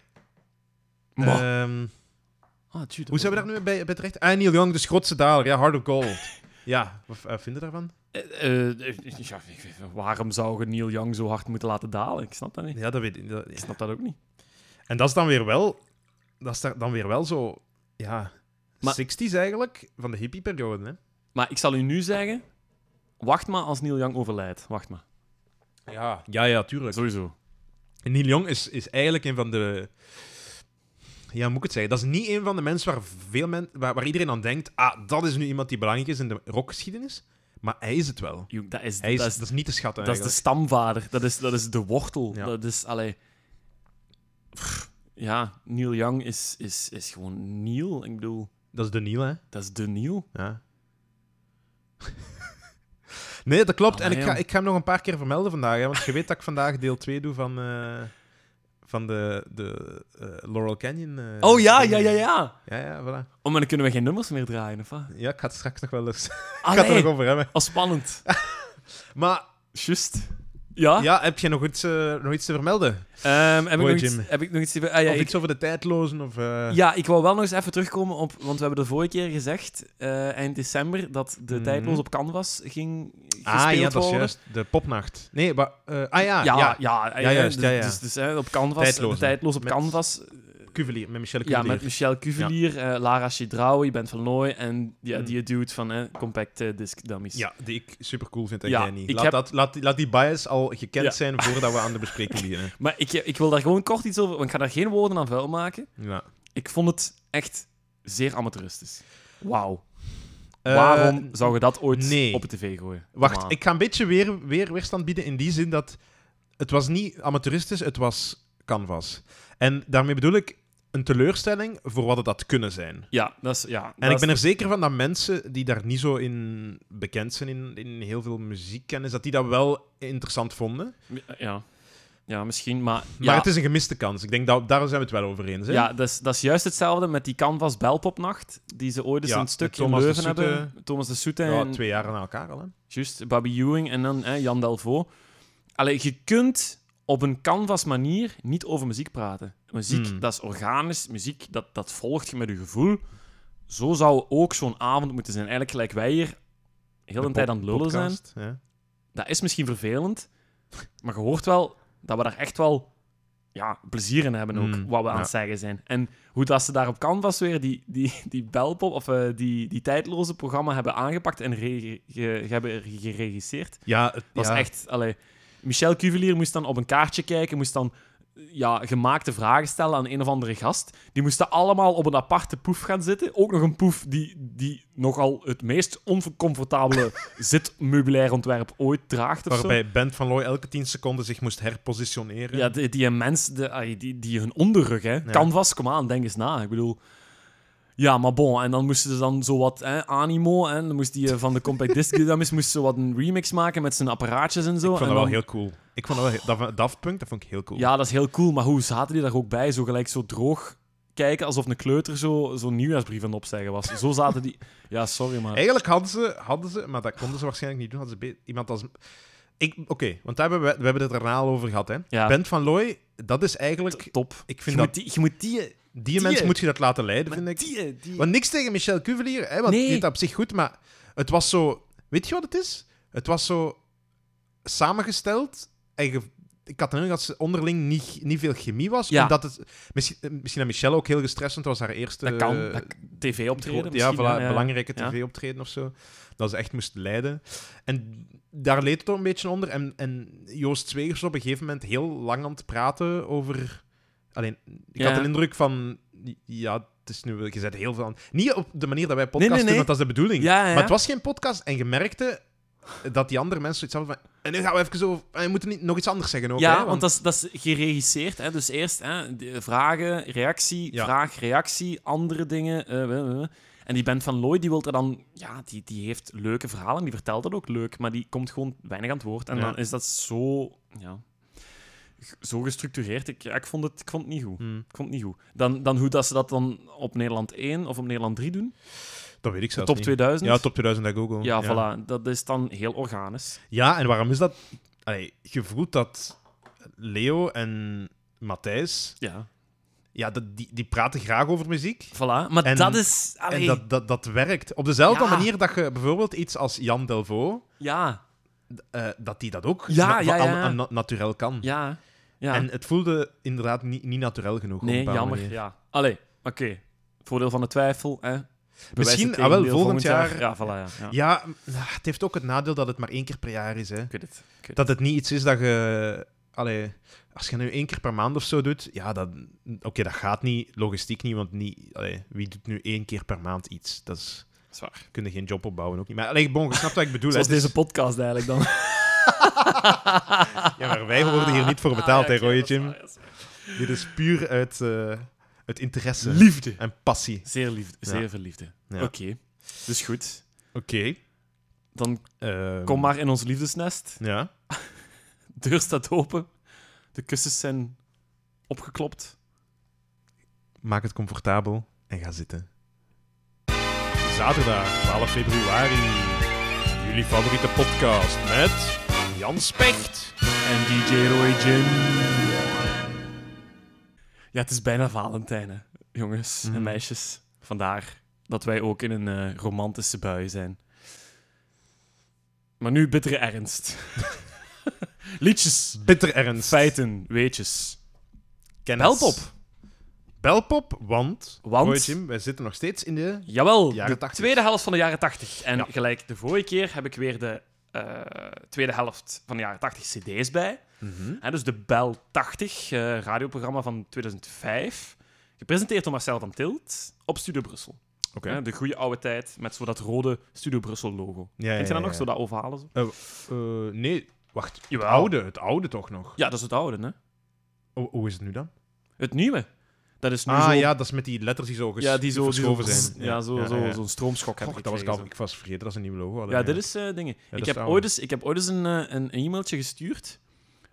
S2: Mo.
S1: ehm,
S2: Ah, tjoe, dat
S1: Hoe zijn we
S2: was-
S1: daar nu bij, bij terecht? Ah, Neil Young, de Schotse daler. Ja, Hard of Gold. [LAUGHS] Ja, wat eh, vind je daarvan?
S2: Eh, eh, eh, ja, ik weet- waarom zou je Neil Young zo hard moeten laten dalen? Ik snap dat niet.
S1: Ja, dat weet ik. dat-
S2: Ik
S1: ja.
S2: snap dat ook niet.
S1: En dat is dan weer wel... Dat is daar dan weer wel zo... Ja...
S2: Maar-
S1: 60s eigenlijk, van de hippieperiode, hè?
S2: Maar ik zal u nu zeggen, wacht maar als Neil Young overlijdt. Wacht maar.
S1: Ja, ja, ja, tuurlijk.
S2: Sowieso.
S1: En Neil Young is, is eigenlijk een van de... Ja, hoe moet ik het zeggen? Dat is niet een van de mensen waar, veel men, waar, waar iedereen aan denkt... Ah, dat is nu iemand die belangrijk is in de rockgeschiedenis. Maar hij is het wel.
S2: Jong, dat is,
S1: Hij is,
S2: dat is,
S1: dat is niet te schatten,
S2: dat is de
S1: eigenlijk.
S2: stamvader. Dat is, dat is de wortel.
S1: Ja.
S2: Dat is, allee... Pff, ja, Neil Young is, is, is gewoon Neil. Ik bedoel,
S1: Dat is de Neil, hè?
S2: dat is de Neil.
S1: Ja. [LAUGHS] nee, dat klopt. en
S2: Amai,
S1: ik ga,
S2: jong.
S1: ik ga hem nog een paar keer vermelden vandaag. Hè, want je weet dat ik vandaag deel 2 doe van, eh, van de, de eh, Laurel Canyon. eh,
S2: Oh ja, ja,
S1: dingen.
S2: ja, ja.
S1: Ja, ja, voilà.
S2: Oh, maar dan kunnen we geen nummers meer draaien, of wat? oh,
S1: Ja, [LAUGHS] ik ga het
S2: Ah,
S1: straks nog wel eens... ik ga het er [LAUGHS]
S2: Allee,
S1: nog over hebben.
S2: al spannend.
S1: Maar
S2: Just. Ja?
S1: Ja, heb je nog iets, eh, nog iets te vermelden?
S2: Ehm, heb, ik
S1: Mooi,
S2: nog iets,
S1: Jim.
S2: heb ik nog iets... te- Ah, ja,
S1: of
S2: ik-
S1: iets over de tijdlozen? Of, eh,
S2: Ja, ik wou wel nog eens even terugkomen op... Want we hebben de vorige keer gezegd, eh, eind december, dat de
S1: Mhm.
S2: tijdloos op Canvas ging gespeeld
S1: Ah ja, dat is
S2: worden.
S1: juist. De popnacht. Nee, maar... eh, ah ja,
S2: Ja,
S1: ja.
S2: ja, ja, eh,
S1: juist, ja, ja.
S2: Dus, dus, eh, op Canvas,
S1: Tijdloos,
S2: de tijdloos op
S1: met-
S2: Canvas.
S1: Cuvelier, met Michelle
S2: Ja,
S1: Cuvelier.
S2: met Michel Cuvelier, eh, Lara Chedraoui, Ben van Looy en ja,
S1: Mm.
S2: die dude van eh, Compact eh, Disc Dummies.
S1: Ja, die ik super cool vind en
S2: Ja,
S1: jij niet.
S2: ik
S1: Laat,
S2: heb-
S1: dat, laat, die- laat die bias al gekend
S2: Ja.
S1: zijn voordat we aan de bespreking
S2: [LAUGHS]
S1: beginnen.
S2: Maar ik, ik wil daar gewoon kort iets over... Want ik ga daar geen woorden aan vuil maken.
S1: Ja.
S2: Ik vond het echt zeer amateuristisch. Wauw.
S1: Eh,
S2: Waarom zou je dat ooit
S1: nee.
S2: op de tv gooien? Kom aan.
S1: Wacht, ik ga een beetje weer, weer weerstand bieden in die zin dat het was niet amateuristisch, het was canvas. En daarmee bedoel ik een teleurstelling voor wat het had kunnen zijn.
S2: Ja, dat is... Ja,
S1: En ik ben er zeker van dat mensen die daar niet zo in bekend zijn, in, in heel veel muziekkennis, dat die dat wel interessant vonden.
S2: Ja. ja, misschien, maar...
S1: Maar
S2: ja,
S1: het is een gemiste kans. Ik denk dat daar zijn we het wel over eens. Hè?
S2: ja dat, is, dat is juist hetzelfde met die Canvas Belpopnacht, die ze ooit eens
S1: Ja,
S2: een stuk
S1: met
S2: in
S1: Thomas de
S2: Leuven
S1: Soete.
S2: hebben. Thomas de Soete
S1: Ja,
S2: en
S1: twee jaren na elkaar al. Hè?
S2: Juist, Bobby Ewing en dan hè, Jan Delvaux. Allee, je kunt op een canvas manier niet over muziek praten. Muziek,
S1: Hmm.
S2: dat is organisch. Muziek, dat, dat volgt je met je gevoel. Zo zou ook zo'n avond moeten zijn. Eigenlijk gelijk wij hier heel de,
S1: De
S2: tijd
S1: pod-
S2: aan het lullen zijn.
S1: podcast, ja.
S2: Dat is misschien vervelend, maar je hoort wel dat we daar echt wel ja, plezier in hebben ook,
S1: Hmm,
S2: wat we aan
S1: ja.
S2: het zeggen zijn. En hoe dat ze daar op canvas weer die, die, die belpop, of eh, die, die tijdloze programma hebben aangepakt en re- ge- hebben geregisseerd.
S1: Ja, het
S2: Dat
S1: ja.
S2: is echt... Allee, Michel Cuvelier moest dan op een kaartje kijken, moest dan ja, gemaakte vragen stellen aan een of andere gast. Die moesten allemaal op een aparte poef gaan zitten. Ook nog een poef die, die nogal het meest
S1: [LAUGHS]
S2: oncomfortabele zitmeubilair ontwerp ooit draagt of zo.
S1: Waarbij Bent van Looy elke 10 seconden zich moest herpositioneren.
S2: Ja, die, die mensen, de, allee, die, die hun onderrug, hè. Canvas, kom aan, denk eens na. Ik bedoel... Ja, maar bon, en dan moesten ze dan zo wat hè, animo, en dan moest die eh, van de
S1: [LAUGHS]
S2: Compact Disc Dummies moest zo wat een remix maken met zijn apparaatjes en zo.
S1: ik vond
S2: en
S1: dat wel
S2: dan-
S1: heel cool. Ik vond dat wel heel- dat, Daft Punk, dat vond ik heel cool.
S2: Ja, dat is heel cool, maar hoe zaten die daar ook bij? Zo gelijk zo droog kijken, alsof een kleuter zo- zo'n nieuwjaarsbrief aan het opzeggen was. Zo zaten die... [LAUGHS] Ja, sorry, maar...
S1: Eigenlijk hadden ze, hadden ze, maar dat konden ze waarschijnlijk niet doen, hadden ze be- iemand als... Ik- Oké, want daar hebben we, we hebben het daarna al over gehad. Hè.
S2: Ja.
S1: Bent van Looy, dat is eigenlijk...
S2: Top.
S1: Ik
S2: Je
S1: vind
S2: moet
S1: dat,
S2: die... Je moet die,
S1: die, mensen moet je dat laten leiden,
S2: maar
S1: vind ik.
S2: die, die-
S1: Want niks tegen Michel Cuvelier, hè, want
S2: Nee.
S1: die deed dat op zich goed, maar het was zo... Weet je wat het is? Het was zo samengesteld en ge- ik had de indruk dat ze onderling niet, niet veel chemie was.
S2: Ja.
S1: Omdat het, misschien, eh, misschien aan Michel ook heel gestrest, want het was haar eerste...
S2: Dat kan.
S1: eh,
S2: dat- TV-optreden
S1: ja,
S2: misschien,
S1: voilà,
S2: hè, ja.
S1: belangrijke
S2: Ja.
S1: tv-optreden of zo. Dat ze echt moest lijden. En daar leed het ook een beetje onder. En, en Joost Zwegers was op een gegeven moment heel lang aan het praten over... Alleen, ik
S2: Ja.
S1: had de indruk van... Ja, het is nu... Je zet heel veel aan... Niet op de manier dat wij podcast
S2: nee, nee.
S1: doen, want dat is de bedoeling.
S2: Ja, ja, ja.
S1: Maar het was geen podcast. En je merkte dat die andere mensen zoiets hadden van... En nu gaan we even over... En we moeten niet, nog iets anders zeggen ook,
S2: Ja,
S1: hè,
S2: want, dat, is, dat is geregisseerd. Hè? Dus eerst hè, de- vragen, reactie,
S1: Ja.
S2: vraag, reactie, andere dingen. eh, eh, eh. En die Bent van Looy, die wil er dan... Ja, die, die heeft leuke verhalen, die vertelt dat ook leuk, maar die komt gewoon weinig aan het woord. En
S1: Ja.
S2: dan is dat zo... Ja, g- zo gestructureerd. Ik, ja, ik, vond het, ik vond het niet goed.
S1: Hm,
S2: Ik vond het niet goed. Dan, dan hoe dat ze dat dan op Nederland 1 of op Nederland 3 doen.
S1: dat weet ik zelfs
S2: top
S1: niet.
S2: 2000.
S1: Ja, top 2000 bij Google.
S2: Ja, voilà. Dat is dan heel organisch.
S1: Ja, en waarom is dat? Allee, je voelt dat Leo en Matthijs,
S2: Ja,
S1: ja, dat, die, die praten graag over muziek.
S2: voilà. Maar
S1: En-
S2: dat is... Allee,
S1: En dat, dat, dat werkt. Op dezelfde
S2: Ja.
S1: manier dat je bijvoorbeeld iets als Jan Delvaux,
S2: Ja,
S1: eh, dat die dat ook
S2: Ja,
S1: na-
S2: ja, ja,
S1: aan-
S2: ja.
S1: aan na- naturel kan.
S2: ja, ja.
S1: En het voelde inderdaad niet, niet naturel genoeg. op een
S2: Nee,
S1: bepaalde
S2: jammer.
S1: manier.
S2: Ja. Allee, oké. Voordeel van de twijfel. Hè. Bewijs
S1: Misschien,
S2: het
S1: ah, wel,
S2: tegendeel
S1: volgend jaar-
S2: Ja, voilà, ja. ja.
S1: Ja, ah, het heeft ook het nadeel dat het maar één keer per jaar is. Hè.
S2: Ik weet het. ik weet
S1: Dat het niet iets is dat je. Allee, als je nu één keer per maand of zo doet, ja, dat, oké, dat gaat niet, logistiek niet, want niet, allee, wie doet nu één keer per maand iets? Dat is,
S2: het. Zwaar.
S1: kun je geen job opbouwen ook niet. Maar allee, bon, je snapt wat ik bedoel.
S2: Zoals
S1: hè. Het
S2: deze podcast eigenlijk
S1: [LAUGHS]
S2: dan.
S1: is- ja, maar wij worden hier niet voor betaald,
S2: Ah,
S1: hè,
S2: ja, oké,
S1: Roy
S2: dat is
S1: Jim.
S2: waar, dat is waar.
S1: Dit is puur uit, eh uit interesse
S2: Liefde.
S1: en passie.
S2: Zeer liefde.
S1: Ja.
S2: Zeer veel liefde.
S1: Ja.
S2: Oké. Dus goed.
S1: Oké.
S2: Dan
S1: ehm,
S2: kom maar in ons liefdesnest.
S1: Ja.
S2: De deur staat open. De kussens zijn opgeklopt.
S1: Maak het comfortabel en ga zitten. Zaterdag 12 februari. Jullie favoriete podcast met Jan Specht.
S2: En DJ Roy Jim. Ja, het is bijna Valentijn, hè, jongens en
S1: Mhm.
S2: meisjes. Vandaar dat wij ook in een eh, romantische bui zijn. Maar nu bittere ernst. [LAUGHS] Liedjes,
S1: Bitter ernst.
S2: feiten, weetjes.
S1: Kennis.
S2: Belpop.
S1: Belpop, want...
S2: Want-
S1: Roy Jim, wij zitten nog steeds in de...
S2: Jawel,
S1: Jaren
S2: de
S1: 80.
S2: tweede helft van de jaren 80. En gelijk de vorige keer heb ik weer de eh, tweede helft van de jaren 80 CD's bij.
S1: Mhm.
S2: Hè, dus de Bel 80, eh, radioprogramma van 2005. Gepresenteerd door Marcel van Tilt op Studio Brussel.
S1: Oké.
S2: Hè, de goede oude tijd met zo dat rode Studio Brussel logo.
S1: Ja,
S2: Kent je dat nog? Zo
S1: ja.
S2: dat ovale? Zo?
S1: Eh, nee, wacht. Het
S2: Jawel.
S1: oude, het oude toch nog.
S2: Ja, dat is het oude, hè?
S1: O- hoe is het nu dan?
S2: Het nieuwe. Dat is nu
S1: Ah
S2: zo...
S1: ja, dat is met die letters die zo ges-
S2: ja, die zo, die zo-
S1: verschoven zijn.
S2: Ja, zo, zo,
S1: ja.
S2: zo'n stroomschok heb
S1: Goh,
S2: ik
S1: dat was ik,
S2: gekregen,
S1: al, ik was vergeten dat ze een nieuw logo hadden.
S2: Ja, dit is eh, dingen.
S1: dat
S2: ik,
S1: is
S2: heb
S1: het oude.
S2: ooit eens, ik heb ooit eens een, eh, een een e-mailtje gestuurd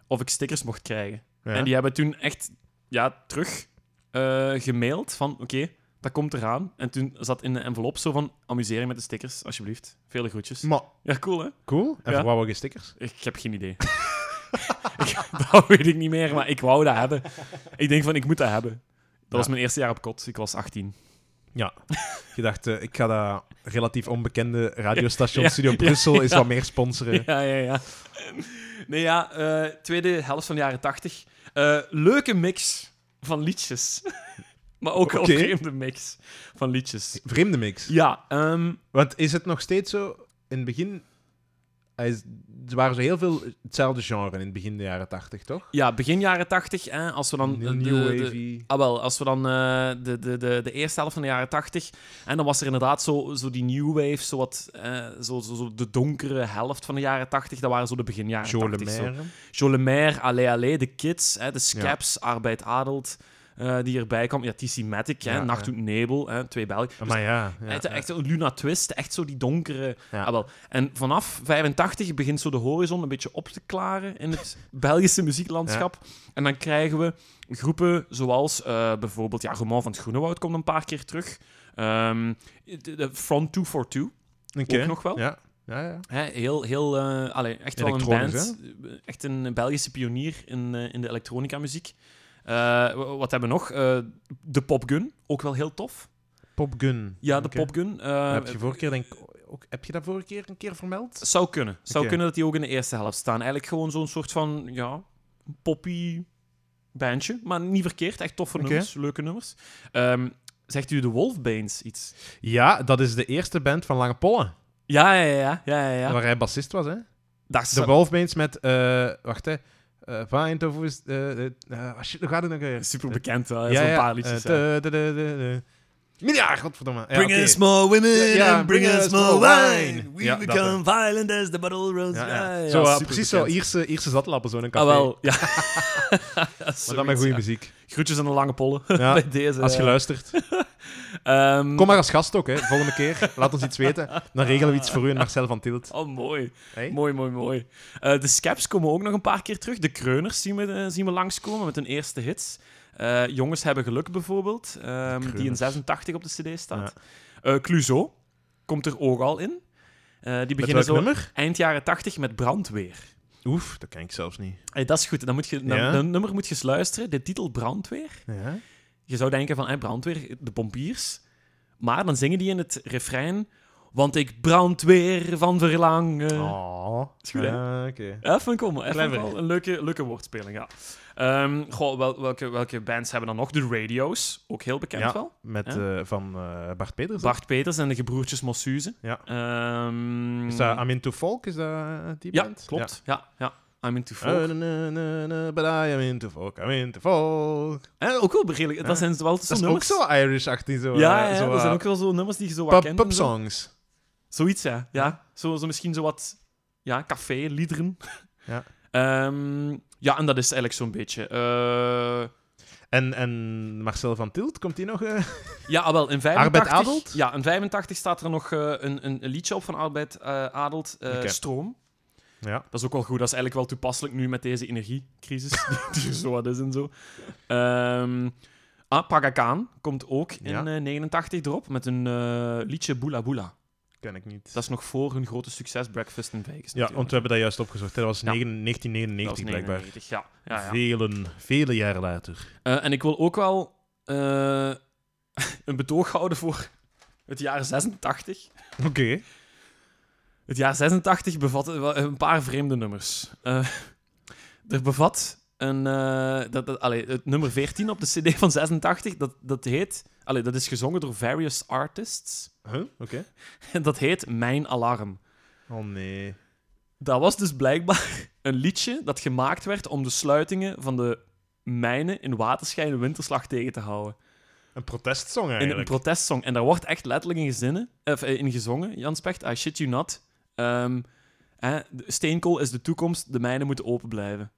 S2: of ik stickers mocht krijgen.
S1: Ja.
S2: En die hebben toen echt ja, terug eh, gemaild van oké, dat komt eraan. En toen zat in de envelop zo van amuseer je met de stickers, alsjeblieft. Vele groetjes.
S1: Maar,
S2: Ja, cool hè?
S1: cool. En
S2: Ja.
S1: voor wou je stickers?
S2: Ik heb geen idee. [LAUGHS] ik, dat weet ik niet meer, maar ik wou dat hebben. Ik denk van ik moet dat hebben. Dat was mijn eerste jaar op kot. Ik was 18.
S1: Ja. [LAUGHS] je dacht, eh, ik ga dat relatief onbekende radiostation
S2: Ja,
S1: Studio
S2: ja,
S1: Brussel eens
S2: ja.
S1: wat meer sponsoren.
S2: Ja, ja, ja. Nee, ja, eh, tweede helft van de jaren tachtig. Eh, leuke mix van liedjes. [LAUGHS] maar ook
S1: Oké.
S2: een vreemde mix van liedjes.
S1: Vreemde mix.
S2: Ja, ehm,
S1: Want is het nog steeds zo, in het begin... hij is- Er waren zo heel veel hetzelfde genre in het begin de jaren tachtig, toch?
S2: ja begin jaren tachtig, hè, als we dan...
S1: Heel
S2: de-
S1: New
S2: de-
S1: wavy.
S2: Ah, wel, als we dan eh, de, de, de, de eerste helft van de jaren tachtig... En dan was er inderdaad zo, zo die new wave, zo, wat, eh, zo, zo, zo de donkere helft van de jaren tachtig. Dat waren zo de beginjaren
S1: Joe
S2: tachtig. zo. Dus
S1: Lemaire.
S2: Jolemaire, Allee Allee, de Kids, hè, de Scaps, Arbeid Adelt, eh, die erbij kwam. Ja, TC Matic, hè,
S1: Ja,
S2: Nacht
S1: ja.
S2: doet Nebel, hè, twee Belgen. Dus
S1: Maar ja. ja,
S2: echt,
S1: ja.
S2: echt een Luna Twist, echt zo die donkere...
S1: Ja.
S2: Ah, wel. En vanaf 85 begint zo de horizon een beetje op te klaren in het [LAUGHS] Belgische muzieklandschap. En dan krijgen we groepen zoals eh, bijvoorbeeld... Ja, Roman van het Groenewoud komt een paar keer terug. Ehm, de, de Front 242,
S1: Oké.
S2: ook nog wel.
S1: Ja. Ja, ja.
S2: Hè, heel, heel, eh, allee, echt wel een
S1: Elektronisch,
S2: band. Echt een Belgische pionier in, eh, in de elektronica muziek. Eh, w- wat hebben we nog? Eh, de Popgun, ook wel heel tof.
S1: Popgun.
S2: Ja, de
S1: Oké.
S2: Popgun. eh,
S1: heb je vorige keer, denk ik, ook, heb je dat vorige keer een keer vermeld?
S2: Zou kunnen. Zou
S1: Oké.
S2: kunnen dat die ook in de eerste helft staan. Eigenlijk gewoon zo'n soort van, ja, poppy bandje. Maar niet verkeerd. Echt toffe
S1: Oké.
S2: nummers, leuke nummers. Ehm, zegt u de Wolfbanes iets?
S1: Ja, dat is de eerste band van Lange Pollen,
S2: Ja, ja, ja. ja, ja, ja.
S1: waar hij bassist was, hè?
S2: Daar
S1: De
S2: staat-
S1: Wolfbanes met, eh wacht hè, eh Eindhoven is, eh eh, eh, shit, hoe gaat het nog weer?
S2: Super bekend, hè, zo'n paar liedjes.
S1: eh,
S2: hè.
S1: de- de- de- de- de- Miljard, godverdomme. Ja,
S2: Bring
S1: oké.
S2: us more women
S1: Ja,
S2: and bring
S1: bring
S2: us
S1: us
S2: more
S1: more
S2: wine.
S1: wine.
S2: We
S1: Ja, dat,
S2: become violent as the bottle rolls.
S1: Ja,
S2: Ja,
S1: ja.
S2: ja,
S1: zo, eh,
S2: superbekend.
S1: precies zo, Ierse, Ierse zatlappen, zo'n café.
S2: Ah, wel. Ja.
S1: maar dan met goede
S2: Zoiets, [LAUGHS]
S1: muziek.
S2: ja. eh, Groetjes aan de lange pollen. [LAUGHS]
S1: Ja,
S2: Bij deze.
S1: Als je
S2: ja.
S1: luistert.
S2: Ehm,
S1: Kom maar als gast ook, hè. Volgende keer, laat ons iets weten. Dan regelen we iets voor u en Marcel van Tilt.
S2: Oh, mooi.
S1: Hey?
S2: Mooi, mooi, mooi. Eh, de Scaps komen ook nog een paar keer terug. De Kreuners zien we, eh, zien we langskomen met hun eerste hits. Eh, Jongens hebben geluk bijvoorbeeld, ehm, die in
S1: Kreuners.
S2: 86 op de cd staat. Eh Cluzo komt er ook al in. Eh, die
S1: Met
S2: beginnen
S1: welk
S2: zo
S1: nummer?
S2: eind jaren 80 met Brandweer.
S1: Oef, dat ken ik zelfs niet.
S2: Hey, dat is goed. Dan moet je, dan-
S1: Ja?
S2: dat nummer moet je eens luisteren. De titel Brandweer.
S1: Ja.
S2: Je zou denken van, hey, brandweer, de pompiers. Maar dan zingen die in het refrein... Want ik brand weer van verlangen.
S1: Oh.
S2: is goed, hè?
S1: Ja, oké.
S2: Ja, vind ik wel, mooi. Ja, vind ik
S1: Clever.
S2: wel een leuke, leuke woordspeling, ja. Ehm, goh, wel- welke, welke bands hebben dan nog? De Radio's, ook heel bekend
S1: Ja.
S2: wel.
S1: Met,
S2: Ja.
S1: eh, van eh, Bart Peters.
S2: Bart Peters en de gebroertjes Mossuze.
S1: Ja.
S2: Ehm,
S1: Is dat I'm into folk? Is dat eh, die
S2: Ja,
S1: band?
S2: klopt. Ja. Ja, I'm into
S1: Ja.
S2: folk.
S1: Eh, na, na, na, but I'm into folk, I'm into folk.
S2: Eh, ook wel redelijk. Dat zijn wel
S1: Dat
S2: zo'n
S1: is ook
S2: nummers.
S1: zo Irish-achtig. Zo,
S2: ja,
S1: eh,
S2: ja,
S1: zo,
S2: dat zijn
S1: eh,
S2: ook wel zo nummers die je zo wat
S1: pub-
S2: kent. en zo.
S1: pubsongs.
S2: Zoiets, ja. ja. Zo, zo misschien zo wat ja, café, liederen.
S1: Ja.
S2: [LAUGHS] Ehm, ja, en dat is eigenlijk zo'n beetje. eh,
S1: En, en Marcel van Tilt, komt die nog? eh? [LAUGHS]
S2: ja, ah, wel, in
S1: Arbeid
S2: 85...
S1: Adelt?
S2: Ja, in 85 staat er nog eh, een, een, een liedje op van Arbeid eh, Adelt, eh,
S1: Oké.
S2: Stroom.
S1: Ja.
S2: Dat is ook wel goed. Dat is eigenlijk wel toepasselijk nu met deze energiecrisis [LAUGHS] die er zo wat is en zo. Ehm ah, Paga Khan komt ook in
S1: Ja.
S2: eh, 89 erop met een eh, liedje Boela Boela.
S1: ken ik niet.
S2: Dat is nog voor hun grote succes Breakfast in Vegas.
S1: ja, want we hebben dat juist opgezocht. hè. Dat was
S2: Ja.
S1: negen- 1999 blijkbaar.
S2: Ja, ja, ja.
S1: Velen, vele jaren later.
S2: Eh, en ik wil ook wel eh, [LAUGHS] een betoog houden voor het jaar 86.
S1: Oké.
S2: Het jaar 86 bevat eh, wel een paar vreemde nummers. Eh, er bevat een, eh, dat, dat, allee, het nummer 14 op de CD van 86, dat, dat heet. Allee, dat is gezongen door various artists. [LAUGHS]
S1: Huh? Oké.
S2: En dat heet Mijn Alarm.
S1: Oh nee.
S2: Dat was dus blijkbaar [LAUGHS] een liedje dat gemaakt werd om de sluitingen van de mijnen in waterschijn en winterslag tegen te houden.
S1: Een protestsong
S2: in een
S1: eigenlijk.
S2: protestsong. En daar wordt echt letterlijk in, gezinnen, of, eh, in gezongen, Jan Specht, I shit you not. Ehm, hè, de- steenkool is de toekomst, de mijnen moeten open blijven.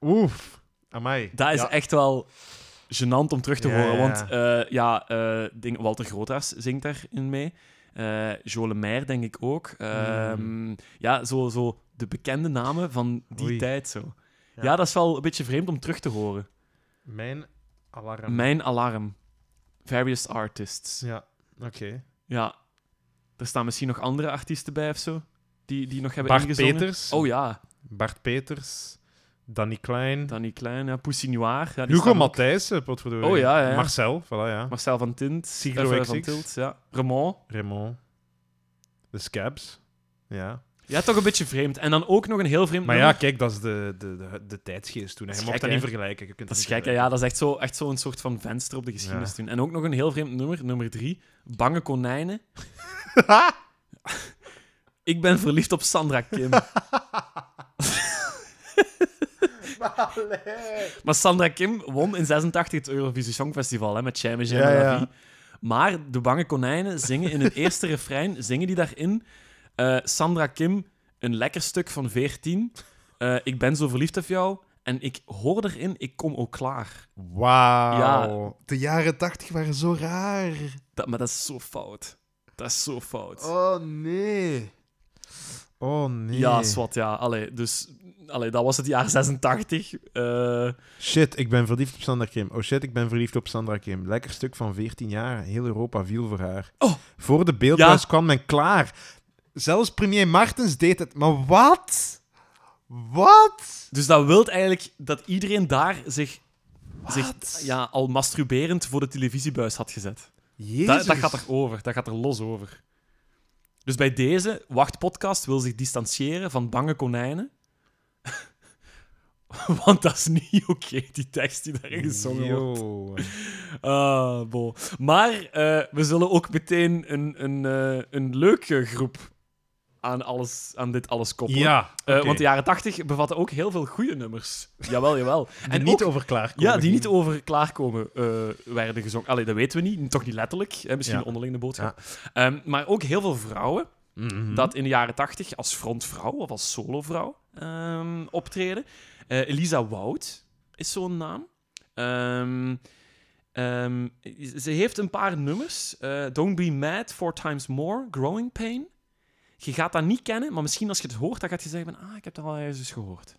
S1: Oef. Amai.
S2: Dat is
S1: Ja.
S2: echt wel gênant om terug te
S1: Ja,
S2: horen,
S1: ja,
S2: want eh, ja, eh, ding, Walter Groothaars zingt daarin mee. Eh Joe Meijer, denk ik ook. Ehm, Ja, zo, zo de bekende namen van die
S1: Hmm. Oei.
S2: tijd. Zo.
S1: Ja.
S2: Ja. dat is wel een beetje vreemd om terug te horen.
S1: Mijn alarm.
S2: Mijn alarm. Various artists.
S1: Ja, oké.
S2: Ja. Er staan misschien nog andere artiesten bij of zo. Die, die nog hebben
S1: Bart
S2: ingezongen.
S1: Peters.
S2: Oh ja,
S1: Bart Peters. Danny Klein.
S2: Danny Klein, ja, Pussy Noir. Ja, Ah, die
S1: Hugo
S2: staan ook.
S1: Matthijssen, potverdorie.
S2: Oh, ja, ja, ja.
S1: Marcel, voilà, ja.
S2: Marcel van Tint.
S1: Siglo
S2: of, eh,
S1: XX.
S2: van Tilt, ja. Raymond.
S1: Raymond. De Scabs. Ja.
S2: Ja, toch een beetje vreemd. En dan ook nog een heel vreemd
S1: Maar ja,
S2: nummer.
S1: kijk, dat is de, de, de, de tijdsgeest toen. hè.
S2: Mm, Dat
S1: Je
S2: is
S1: mag
S2: gek,
S1: dat niet
S2: hè?
S1: vergelijken. Je kunt
S2: Dat is
S1: niet
S2: gek, hè? ja. Dat is echt zo'n echt zo een soort van venster op de geschiedenis
S1: Ja.
S2: toen. En ook nog een heel vreemd nummer, nummer drie. Bange
S1: [LAUGHS]
S2: konijnen. Ik ben verliefd op Sandra Kim.
S1: vergelijken.
S2: Maar Sandra Kim won in 86 het Eurovisie Songfestival hè, met Jaime
S1: Ja,
S2: Jaime
S1: ja.
S2: Maar de bange konijnen zingen
S1: [LAUGHS]
S2: in het eerste refrein, zingen die daarin eh, Sandra Kim een lekker stuk van 14. eh, ik ben zo verliefd op jou. En ik hoor erin, ik kom ook klaar.
S1: Wauw. De jaren tachtig waren zo raar.
S2: Dat, maar dat is zo fout. Dat is zo fout.
S1: Oh nee. Oh nee.
S2: Ja, zwart, ja. Allee, dus, allee, dat was het jaar 86. Eh,
S1: Shit, ik ben verliefd op Sandra Kim. Oh shit, ik ben verliefd op Sandra Kim. Lekker stuk van 14 jaar. Heel Europa viel voor haar.
S2: Oh.
S1: Voor de beeldbuis
S2: Ja.
S1: kwam men klaar. Zelfs premier Martens deed het. Maar wat? Wat?
S2: dus dat wil eigenlijk dat iedereen daar zich zich
S1: Wat?
S2: ja, al masturberend voor de televisiebuis had gezet.
S1: Jezus.
S2: Dat, dat gaat er over, dat gaat er los over. Dus bij deze, Wacht Podcast wil zich distancieren van bange konijnen. [LAUGHS] Want dat is niet oké, die tekst die daarin gezongen wordt.
S1: Yo.
S2: Ah, bo. Maar eh, we zullen ook meteen een, een, eh, een leuke groep aan, alles, aan dit alles koppelen.
S1: Ja,
S2: Eh,
S1: oké.
S2: Want de jaren 80 bevatten ook heel veel goede nummers.
S1: [LAUGHS]
S2: Jawel, jawel.
S1: Die
S2: ook-
S1: niet over klaar
S2: ja, die niet over klaarkomen eh, werden gezongen. Allee, dat weten we niet. Toch niet letterlijk. Hè? Misschien
S1: Ja.
S2: onderling de boodschap. Ehm, maar ook heel veel vrouwen
S1: Mhm.
S2: dat in de jaren tachtig als frontvrouw of als solovrouw ehm, optreden. Eh, Elisa Wout is zo'n naam. Ehm, ehm, ze heeft een paar nummers. Eh, Don't Be Mad, Four Times More, Growing Pain. Je gaat dat niet kennen, maar misschien als je het hoort, dan gaat je zeggen van, ah, ik heb dat al ergens eens gehoord.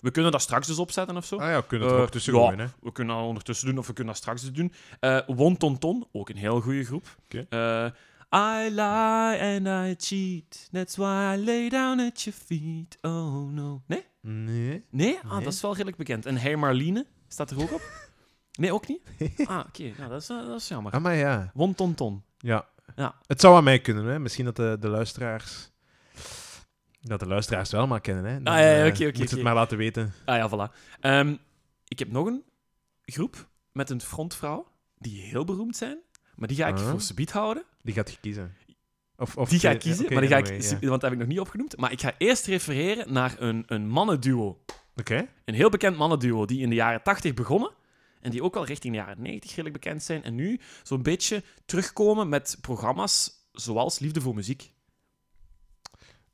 S2: We kunnen dat straks dus opzetten of zo.
S1: Ah ja, we kunnen het er
S2: Eh,
S1: ook tussen
S2: ja.
S1: gooien, hè.
S2: We kunnen dat ondertussen doen of we kunnen dat straks doen. Eh Won Ton Ton, ook een heel goede groep.
S1: Oké.
S2: Eh, I lie and I cheat. That's why I lay down at your feet. Oh no. Nee?
S1: Nee.
S2: Nee? Ah,
S1: Nee.
S2: dat is wel redelijk bekend. En Hey Marlene staat er ook
S1: [LAUGHS]
S2: op? nee, ook niet? Ah, oké. Nou, dat, is, eh, dat is jammer.
S1: Ah, maar ja.
S2: Won Ton Ton.
S1: Ja.
S2: Ja.
S1: Het zou aan mij kunnen, hè. Misschien dat de, de luisteraars... Dat de luisteraars wel maar kennen, hè. Dan,
S2: Ah, ja, ja,
S1: eh,
S2: oké, oké,
S1: moeten ze
S2: oké.
S1: het maar laten weten.
S2: Ah ja, voilà. Ehm, ik heb nog een groep met een frontvrouw die heel beroemd zijn. Maar die ga ik
S1: Ah.
S2: voor subiet houden.
S1: Die gaat je kiezen. Of, of
S2: Die ga
S1: twee-
S2: ik kiezen,
S1: oké,
S2: maar die ga ik,
S1: anyway, ja.
S2: want dat heb ik nog niet opgenoemd. Maar ik ga eerst refereren naar een, een mannenduo.
S1: Oké.
S2: Een heel bekend mannenduo die in de jaren 80 begonnen. En die ook wel richting de jaren 90 redelijk bekend zijn. En nu zo'n beetje terugkomen met programma's zoals Liefde voor Muziek.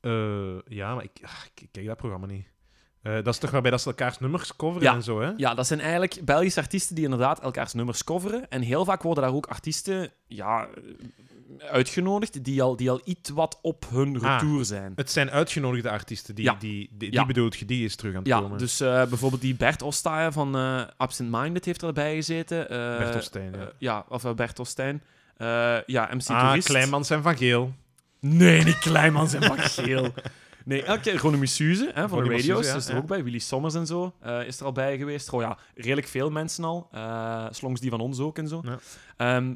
S1: Eh, ja, maar ik, ah, ik, ik kijk dat programma niet. Eh, dat is toch waarbij dat ze elkaars nummers coveren
S2: Ja.
S1: en zo, hè?
S2: Ja, dat zijn eigenlijk Belgische artiesten die inderdaad elkaars nummers coveren. En heel vaak worden daar ook artiesten ja, uitgenodigd die al, die al iets wat op hun
S1: Ah.
S2: retour zijn.
S1: Het zijn uitgenodigde artiesten. Die,
S2: Ja.
S1: die, die, die
S2: Ja.
S1: bedoelt je, die is terug aan het
S2: Ja,
S1: komen.
S2: dus eh, bijvoorbeeld die Bert Ostaaien van eh, Absent Minded heeft erbij gezeten. eh,
S1: Bert Hofstijn, ja.
S2: eh, ja, of eh, Bert Ostijn. Eh, ja, MC
S1: ah,
S2: Toerist.
S1: Kleinmans en Van Geel.
S2: Nee, niet Kleinmans en Pak Geel. Nee, elke keer Ronnie Suze hè, van de
S1: Ronnie
S2: radio's
S1: Suze, ja,
S2: is er
S1: ja.
S2: ook bij. Willy Sommers en zo eh, is er al bij geweest. Oh ja, redelijk veel mensen al. Eh slongs die van ons ook en zo.
S1: Ja.
S2: Ehm,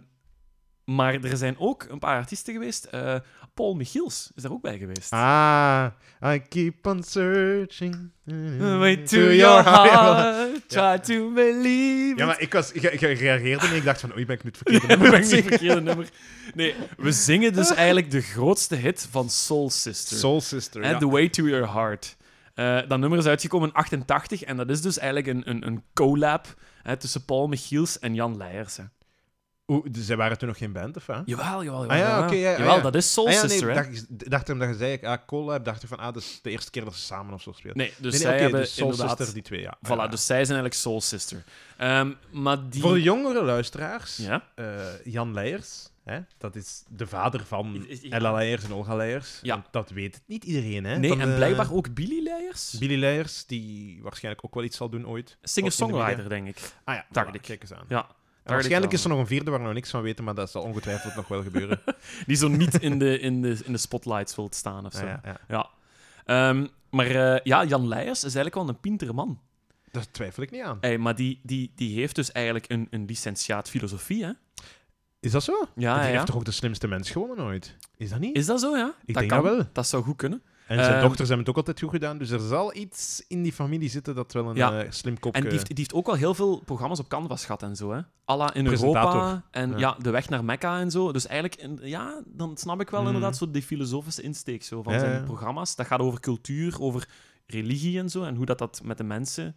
S2: maar er zijn ook een paar artiesten geweest. Eh, Paul Michiels is daar ook bij geweest.
S1: Ah, I keep on searching.
S2: Way to
S1: [LAUGHS]
S2: your heart, try to believe
S1: Ja,
S2: it.
S1: maar ik, was, ik, ik reageerde en ik dacht van, oei, ben ik nu het [LAUGHS] verkeerde
S2: Dat [LAUGHS]
S1: nummer aan
S2: ben
S1: het
S2: ik
S1: zingen?
S2: een verkeerde nummer. Nee, we zingen dus eigenlijk de grootste hit van Soul
S1: [LAUGHS]
S2: Sister.
S1: Soul Sister,
S2: Hè,
S1: ja.
S2: The Way to Your Heart. Eh, dat nummer is uitgekomen in 88 en dat is dus eigenlijk een, een, een collab hè, tussen Paul Michiels en Jan Leijers. Hè.
S1: Oeh, dus zij waren toen nog geen band, of hè?
S2: Jawel, jawel, jawel.
S1: Ah ja,
S2: jawel.
S1: oké, ja, ja,
S2: Jawel,
S1: ja.
S2: dat is Soul
S1: Ah ja,
S2: Sister.
S1: nee,
S2: hè.
S1: dacht, ik- dacht hem dat je zei, ah, collab, dacht ik van, ah, dat is de eerste keer dat ze samen of zo spelen.
S2: Nee, dus
S1: Nee, nee,
S2: zij
S1: oké,
S2: hebben
S1: dus Soul
S2: inderdaad...
S1: Sister, die twee, ja.
S2: Voilà,
S1: Ja.
S2: dus zij zijn eigenlijk Soul Sister. Ehm, maar die...
S1: Voor de jongere luisteraars,
S2: Ja?
S1: eh, Jan Leijers, hè, dat is de vader van
S2: Is- is- ja.
S1: Ella Leijers en Olga Leijers.
S2: Ja.
S1: Want Dat weet niet iedereen, hè?
S2: Nee,
S1: van
S2: en
S1: de-
S2: blijkbaar ook Billy Leijers?
S1: Billy Leijers, die waarschijnlijk ook wel iets zal doen ooit.
S2: Singer-songwriter, denk ik.
S1: Ah ja,
S2: Dacht
S1: voilà,
S2: ik.
S1: Kijk eens aan.
S2: Ja.
S1: En waarschijnlijk is er nog een vierde waar we nog niks van weten, maar dat zal ongetwijfeld nog wel
S2: [LAUGHS]
S1: gebeuren. Dus,
S2: Die zo niet in de, in de, in de spotlights wilt staan of zo.
S1: Ah, ja, ja.
S2: Ja. Ehm, maar eh, ja, Jan Leijers is eigenlijk wel een pintere man.
S1: Daar twijfel ik niet aan.
S2: Ey, maar die, die, die heeft dus eigenlijk een, een licentiaat filosofie, hè?
S1: Is dat zo?
S2: Ja,
S1: Want
S2: Ah, ja,
S1: die
S2: ja.
S1: heeft toch ook de slimste mens gewonnen ooit? Is dat niet?
S2: Is dat zo, ja?
S1: Ik denk dat wel.
S2: Dat zou goed kunnen.
S1: En zijn
S2: Ehm,
S1: dochters hebben het ook altijd goed gedaan, dus er zal iets in die familie zitten dat wel een
S2: Ja.
S1: eh, slim kopje...
S2: En die heeft, die heeft ook al heel veel programma's op Canvas gehad en zo, hè? Alla in
S1: Presentator.
S2: Europa en ja.
S1: Ja.
S2: de weg naar Mekka en zo. Dus eigenlijk, in- ja, dan snap ik wel
S1: Mhm.
S2: inderdaad zo die filosofische insteek zo, van
S1: Ja,
S2: zijn
S1: ja.
S2: programma's. Dat gaat over cultuur, over religie en zo, en hoe dat, dat met de mensen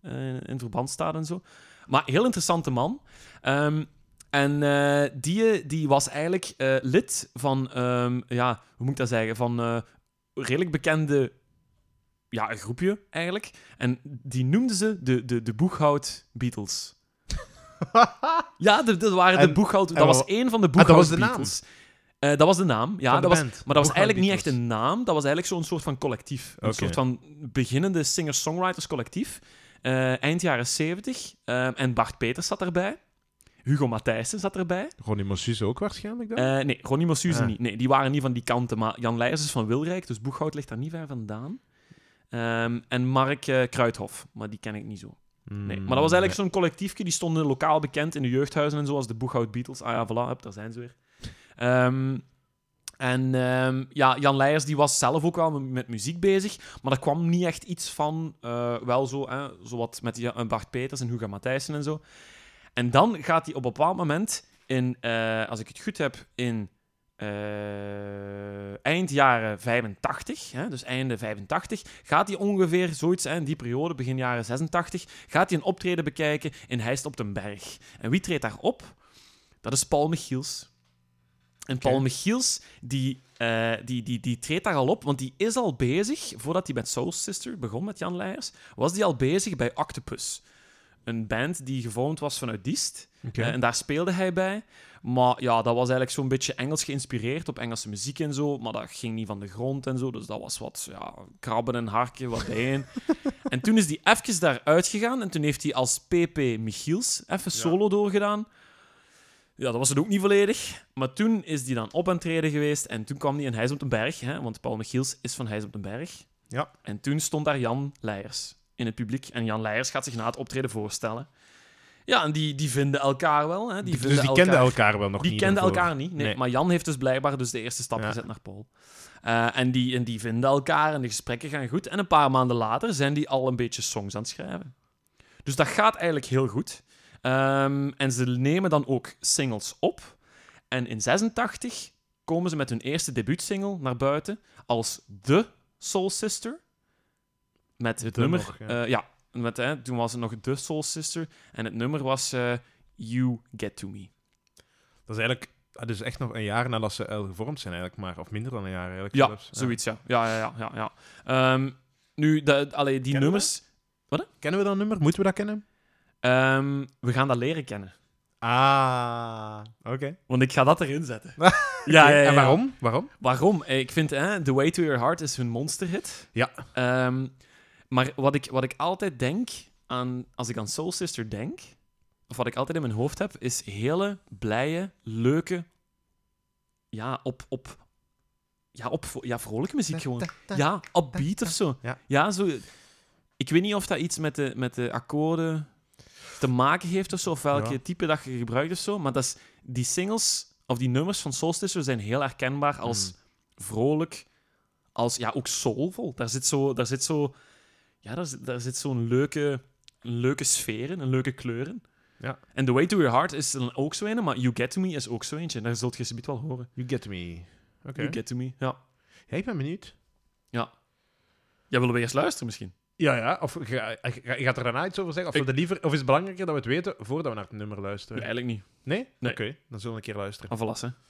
S2: eh, in verband staat en zo. Maar heel interessante man. Ehm, en eh, die, eh, die was eigenlijk eh, lid van, ehm, ja, hoe moet ik dat zeggen, van eh, een redelijk bekende ja, een groepje eigenlijk. En die noemden ze de, de, de Boeghout
S1: [LAUGHS]
S2: Beatles. ja, dat dat waren de
S1: En-
S2: Boeghout... Dat
S1: en
S2: was
S1: wat-
S2: één van de
S1: Ah, dat
S2: Boeghout
S1: was de naam?
S2: Beatles. Eh, dat was de naam, ja.
S1: Van de
S2: dat was,
S1: band,
S2: maar dat was
S1: Boeghout
S2: eigenlijk niet echt
S1: Beatles.
S2: een naam. Dat was eigenlijk zo'n soort van collectief. Een
S1: Oké.
S2: soort van beginnende singer-songwriters collectief. Eh, eind jaren 70. Eh, en Bart Peters zat erbij. Hugo Matthijssen zat erbij.
S1: Ronnie Mossus ook waarschijnlijk dan?
S2: Eh, nee, Ronnie Mossuze
S1: Ah.
S2: niet. Nee, die waren niet van die kanten. Maar Jan Leijers is van Wilrijk, dus Boeghout ligt daar niet ver vandaan. Ehm, en Mark eh, Kruidhof, maar die ken ik niet zo. Nee.
S1: Hmm,
S2: Maar dat was eigenlijk zo'n collectiefje, die stonden lokaal bekend in de jeugdhuizen en zo, als de Boeghout Beatles. Ah ja, voilà, hup, daar zijn ze weer. Ehm, en ehm, ja, Jan Leijers die was zelf ook wel met muziek bezig, maar er kwam niet echt iets van, eh, wel zo, hè, zowat met die, eh, Bart Peters en Hugo Matthijssen en zo. En dan gaat hij op een bepaald moment, in, eh, als ik het goed heb, in eh, eind jaren 85, hè, dus einde 85, gaat hij ongeveer zoiets, hè, in die periode, begin jaren 86, gaat hij een optreden bekijken in Heist op den Berg. En wie treedt daar op? Dat is Paul Michiels. En Paul
S1: Oké.
S2: Michiels, die, eh, die, die, die treedt daar al op, want die is al bezig, voordat hij met Soul Sister begon met Jan Leijers, was die al bezig bij Octopus. Een band die gevormd was vanuit Diest.
S1: Oké.
S2: Eh, En daar speelde hij bij. Maar ja, dat was eigenlijk zo'n beetje Engels geïnspireerd op Engelse muziek en zo. Maar dat ging niet van de grond en zo. Dus dat was wat ja, krabben en harken, wat bijeen. en toen is hij even daar uitgegaan. En toen heeft hij als PP Michiels even solo doorgedaan. Ja, dat was het ook niet volledig. Maar toen is hij dan op en treden geweest. En toen kwam hij in Heijs op den Berg. Hè, want Paul Michiels is van Heijs op den Berg.
S1: Ja.
S2: En toen stond daar Jan Leijers in het publiek. En Jan Leijers gaat zich na het optreden voorstellen. Ja, en die, die vinden elkaar wel. Hè? Die
S1: dus die
S2: vinden
S1: kenden
S2: elkaar.
S1: elkaar wel nog
S2: Die
S1: niet.
S2: kenden
S1: daarvoor.
S2: elkaar niet. Nee,
S1: Nee.
S2: Maar Jan heeft dus blijkbaar dus de eerste stap
S1: Ja.
S2: gezet naar Paul. Eh, en, die, en die vinden elkaar en de gesprekken gaan goed. En een paar maanden later zijn die al een beetje songs aan het schrijven. Dus dat gaat eigenlijk heel goed. Ehm, en ze nemen dan ook singles op. En in 86 komen ze met hun eerste debuutsingle naar buiten als The Soul Sister. Met het
S1: De
S2: nummer.
S1: nog,
S2: ja,
S1: ja.
S2: ja met, hè, toen was het nog The Soul Sister. En het nummer was eh, You Get To Me.
S1: Dat is eigenlijk ah, dus echt nog een jaar nadat ze al gevormd zijn, eigenlijk maar. Of minder dan een jaar eigenlijk.
S2: Ja,
S1: zelfs.
S2: zoiets, ja. Ja, ja, ja. ja, ja. Ehm, nu, de, allee, die
S1: Kennen we
S2: nummers,
S1: Eh, Kennen we dat nummer? Moeten we dat kennen?
S2: ehm, we gaan dat leren kennen.
S1: Ah, oké.
S2: Want ik ga dat erin zetten.
S1: Oké,
S2: [LAUGHS] ja, ja, ja,
S1: En waarom? Waarom?
S2: Waarom? Eh, Ik vind hè, The Way to Your Heart is hun monsterhit.
S1: Ja.
S2: Ehm, maar wat ik, wat ik altijd denk aan, als ik aan Soul Sister denk, of wat ik altijd in mijn hoofd heb, is hele blije, leuke, ja, op, op Ja, op, vro- ja, vrolijke muziek gewoon. Ja, upbeat of zo.
S1: Ja.
S2: Ja, zo. Ik weet niet of dat iets met de, met de akkoorden te maken heeft of zo, of welke
S1: Ja.
S2: type dat je gebruikt of zo. Maar dat is, die singles, of die nummers van Solstice zijn heel herkenbaar als
S1: Hmm.
S2: vrolijk, als ja, ook soulvol. Daar zit zo, daar zit zo, ja, daar zit, daar zit zo'n leuke, een leuke sfeer in, een leuke kleuren.
S1: Ja.
S2: En The Way to Your Heart is dan ook zo een, maar You Get to Me is ook zo eentje. En daar zult je ze wel horen.
S1: You get me. Oké.
S2: You Get to Me, ja.
S1: Ja, ik ben benieuwd.
S2: Ja, willen we eerst luisteren misschien?
S1: Ja, ja. Of ga- ga- ga- je gaat er daarna iets over zeggen? Of, we
S2: Ik-
S1: dat liever, of is het belangrijker dat we het weten voordat we naar het nummer luisteren?
S2: eigenlijk niet. Ah,
S1: Nee?
S2: Nee.
S1: Oké, dan zullen we een keer luisteren.
S2: Afwassen.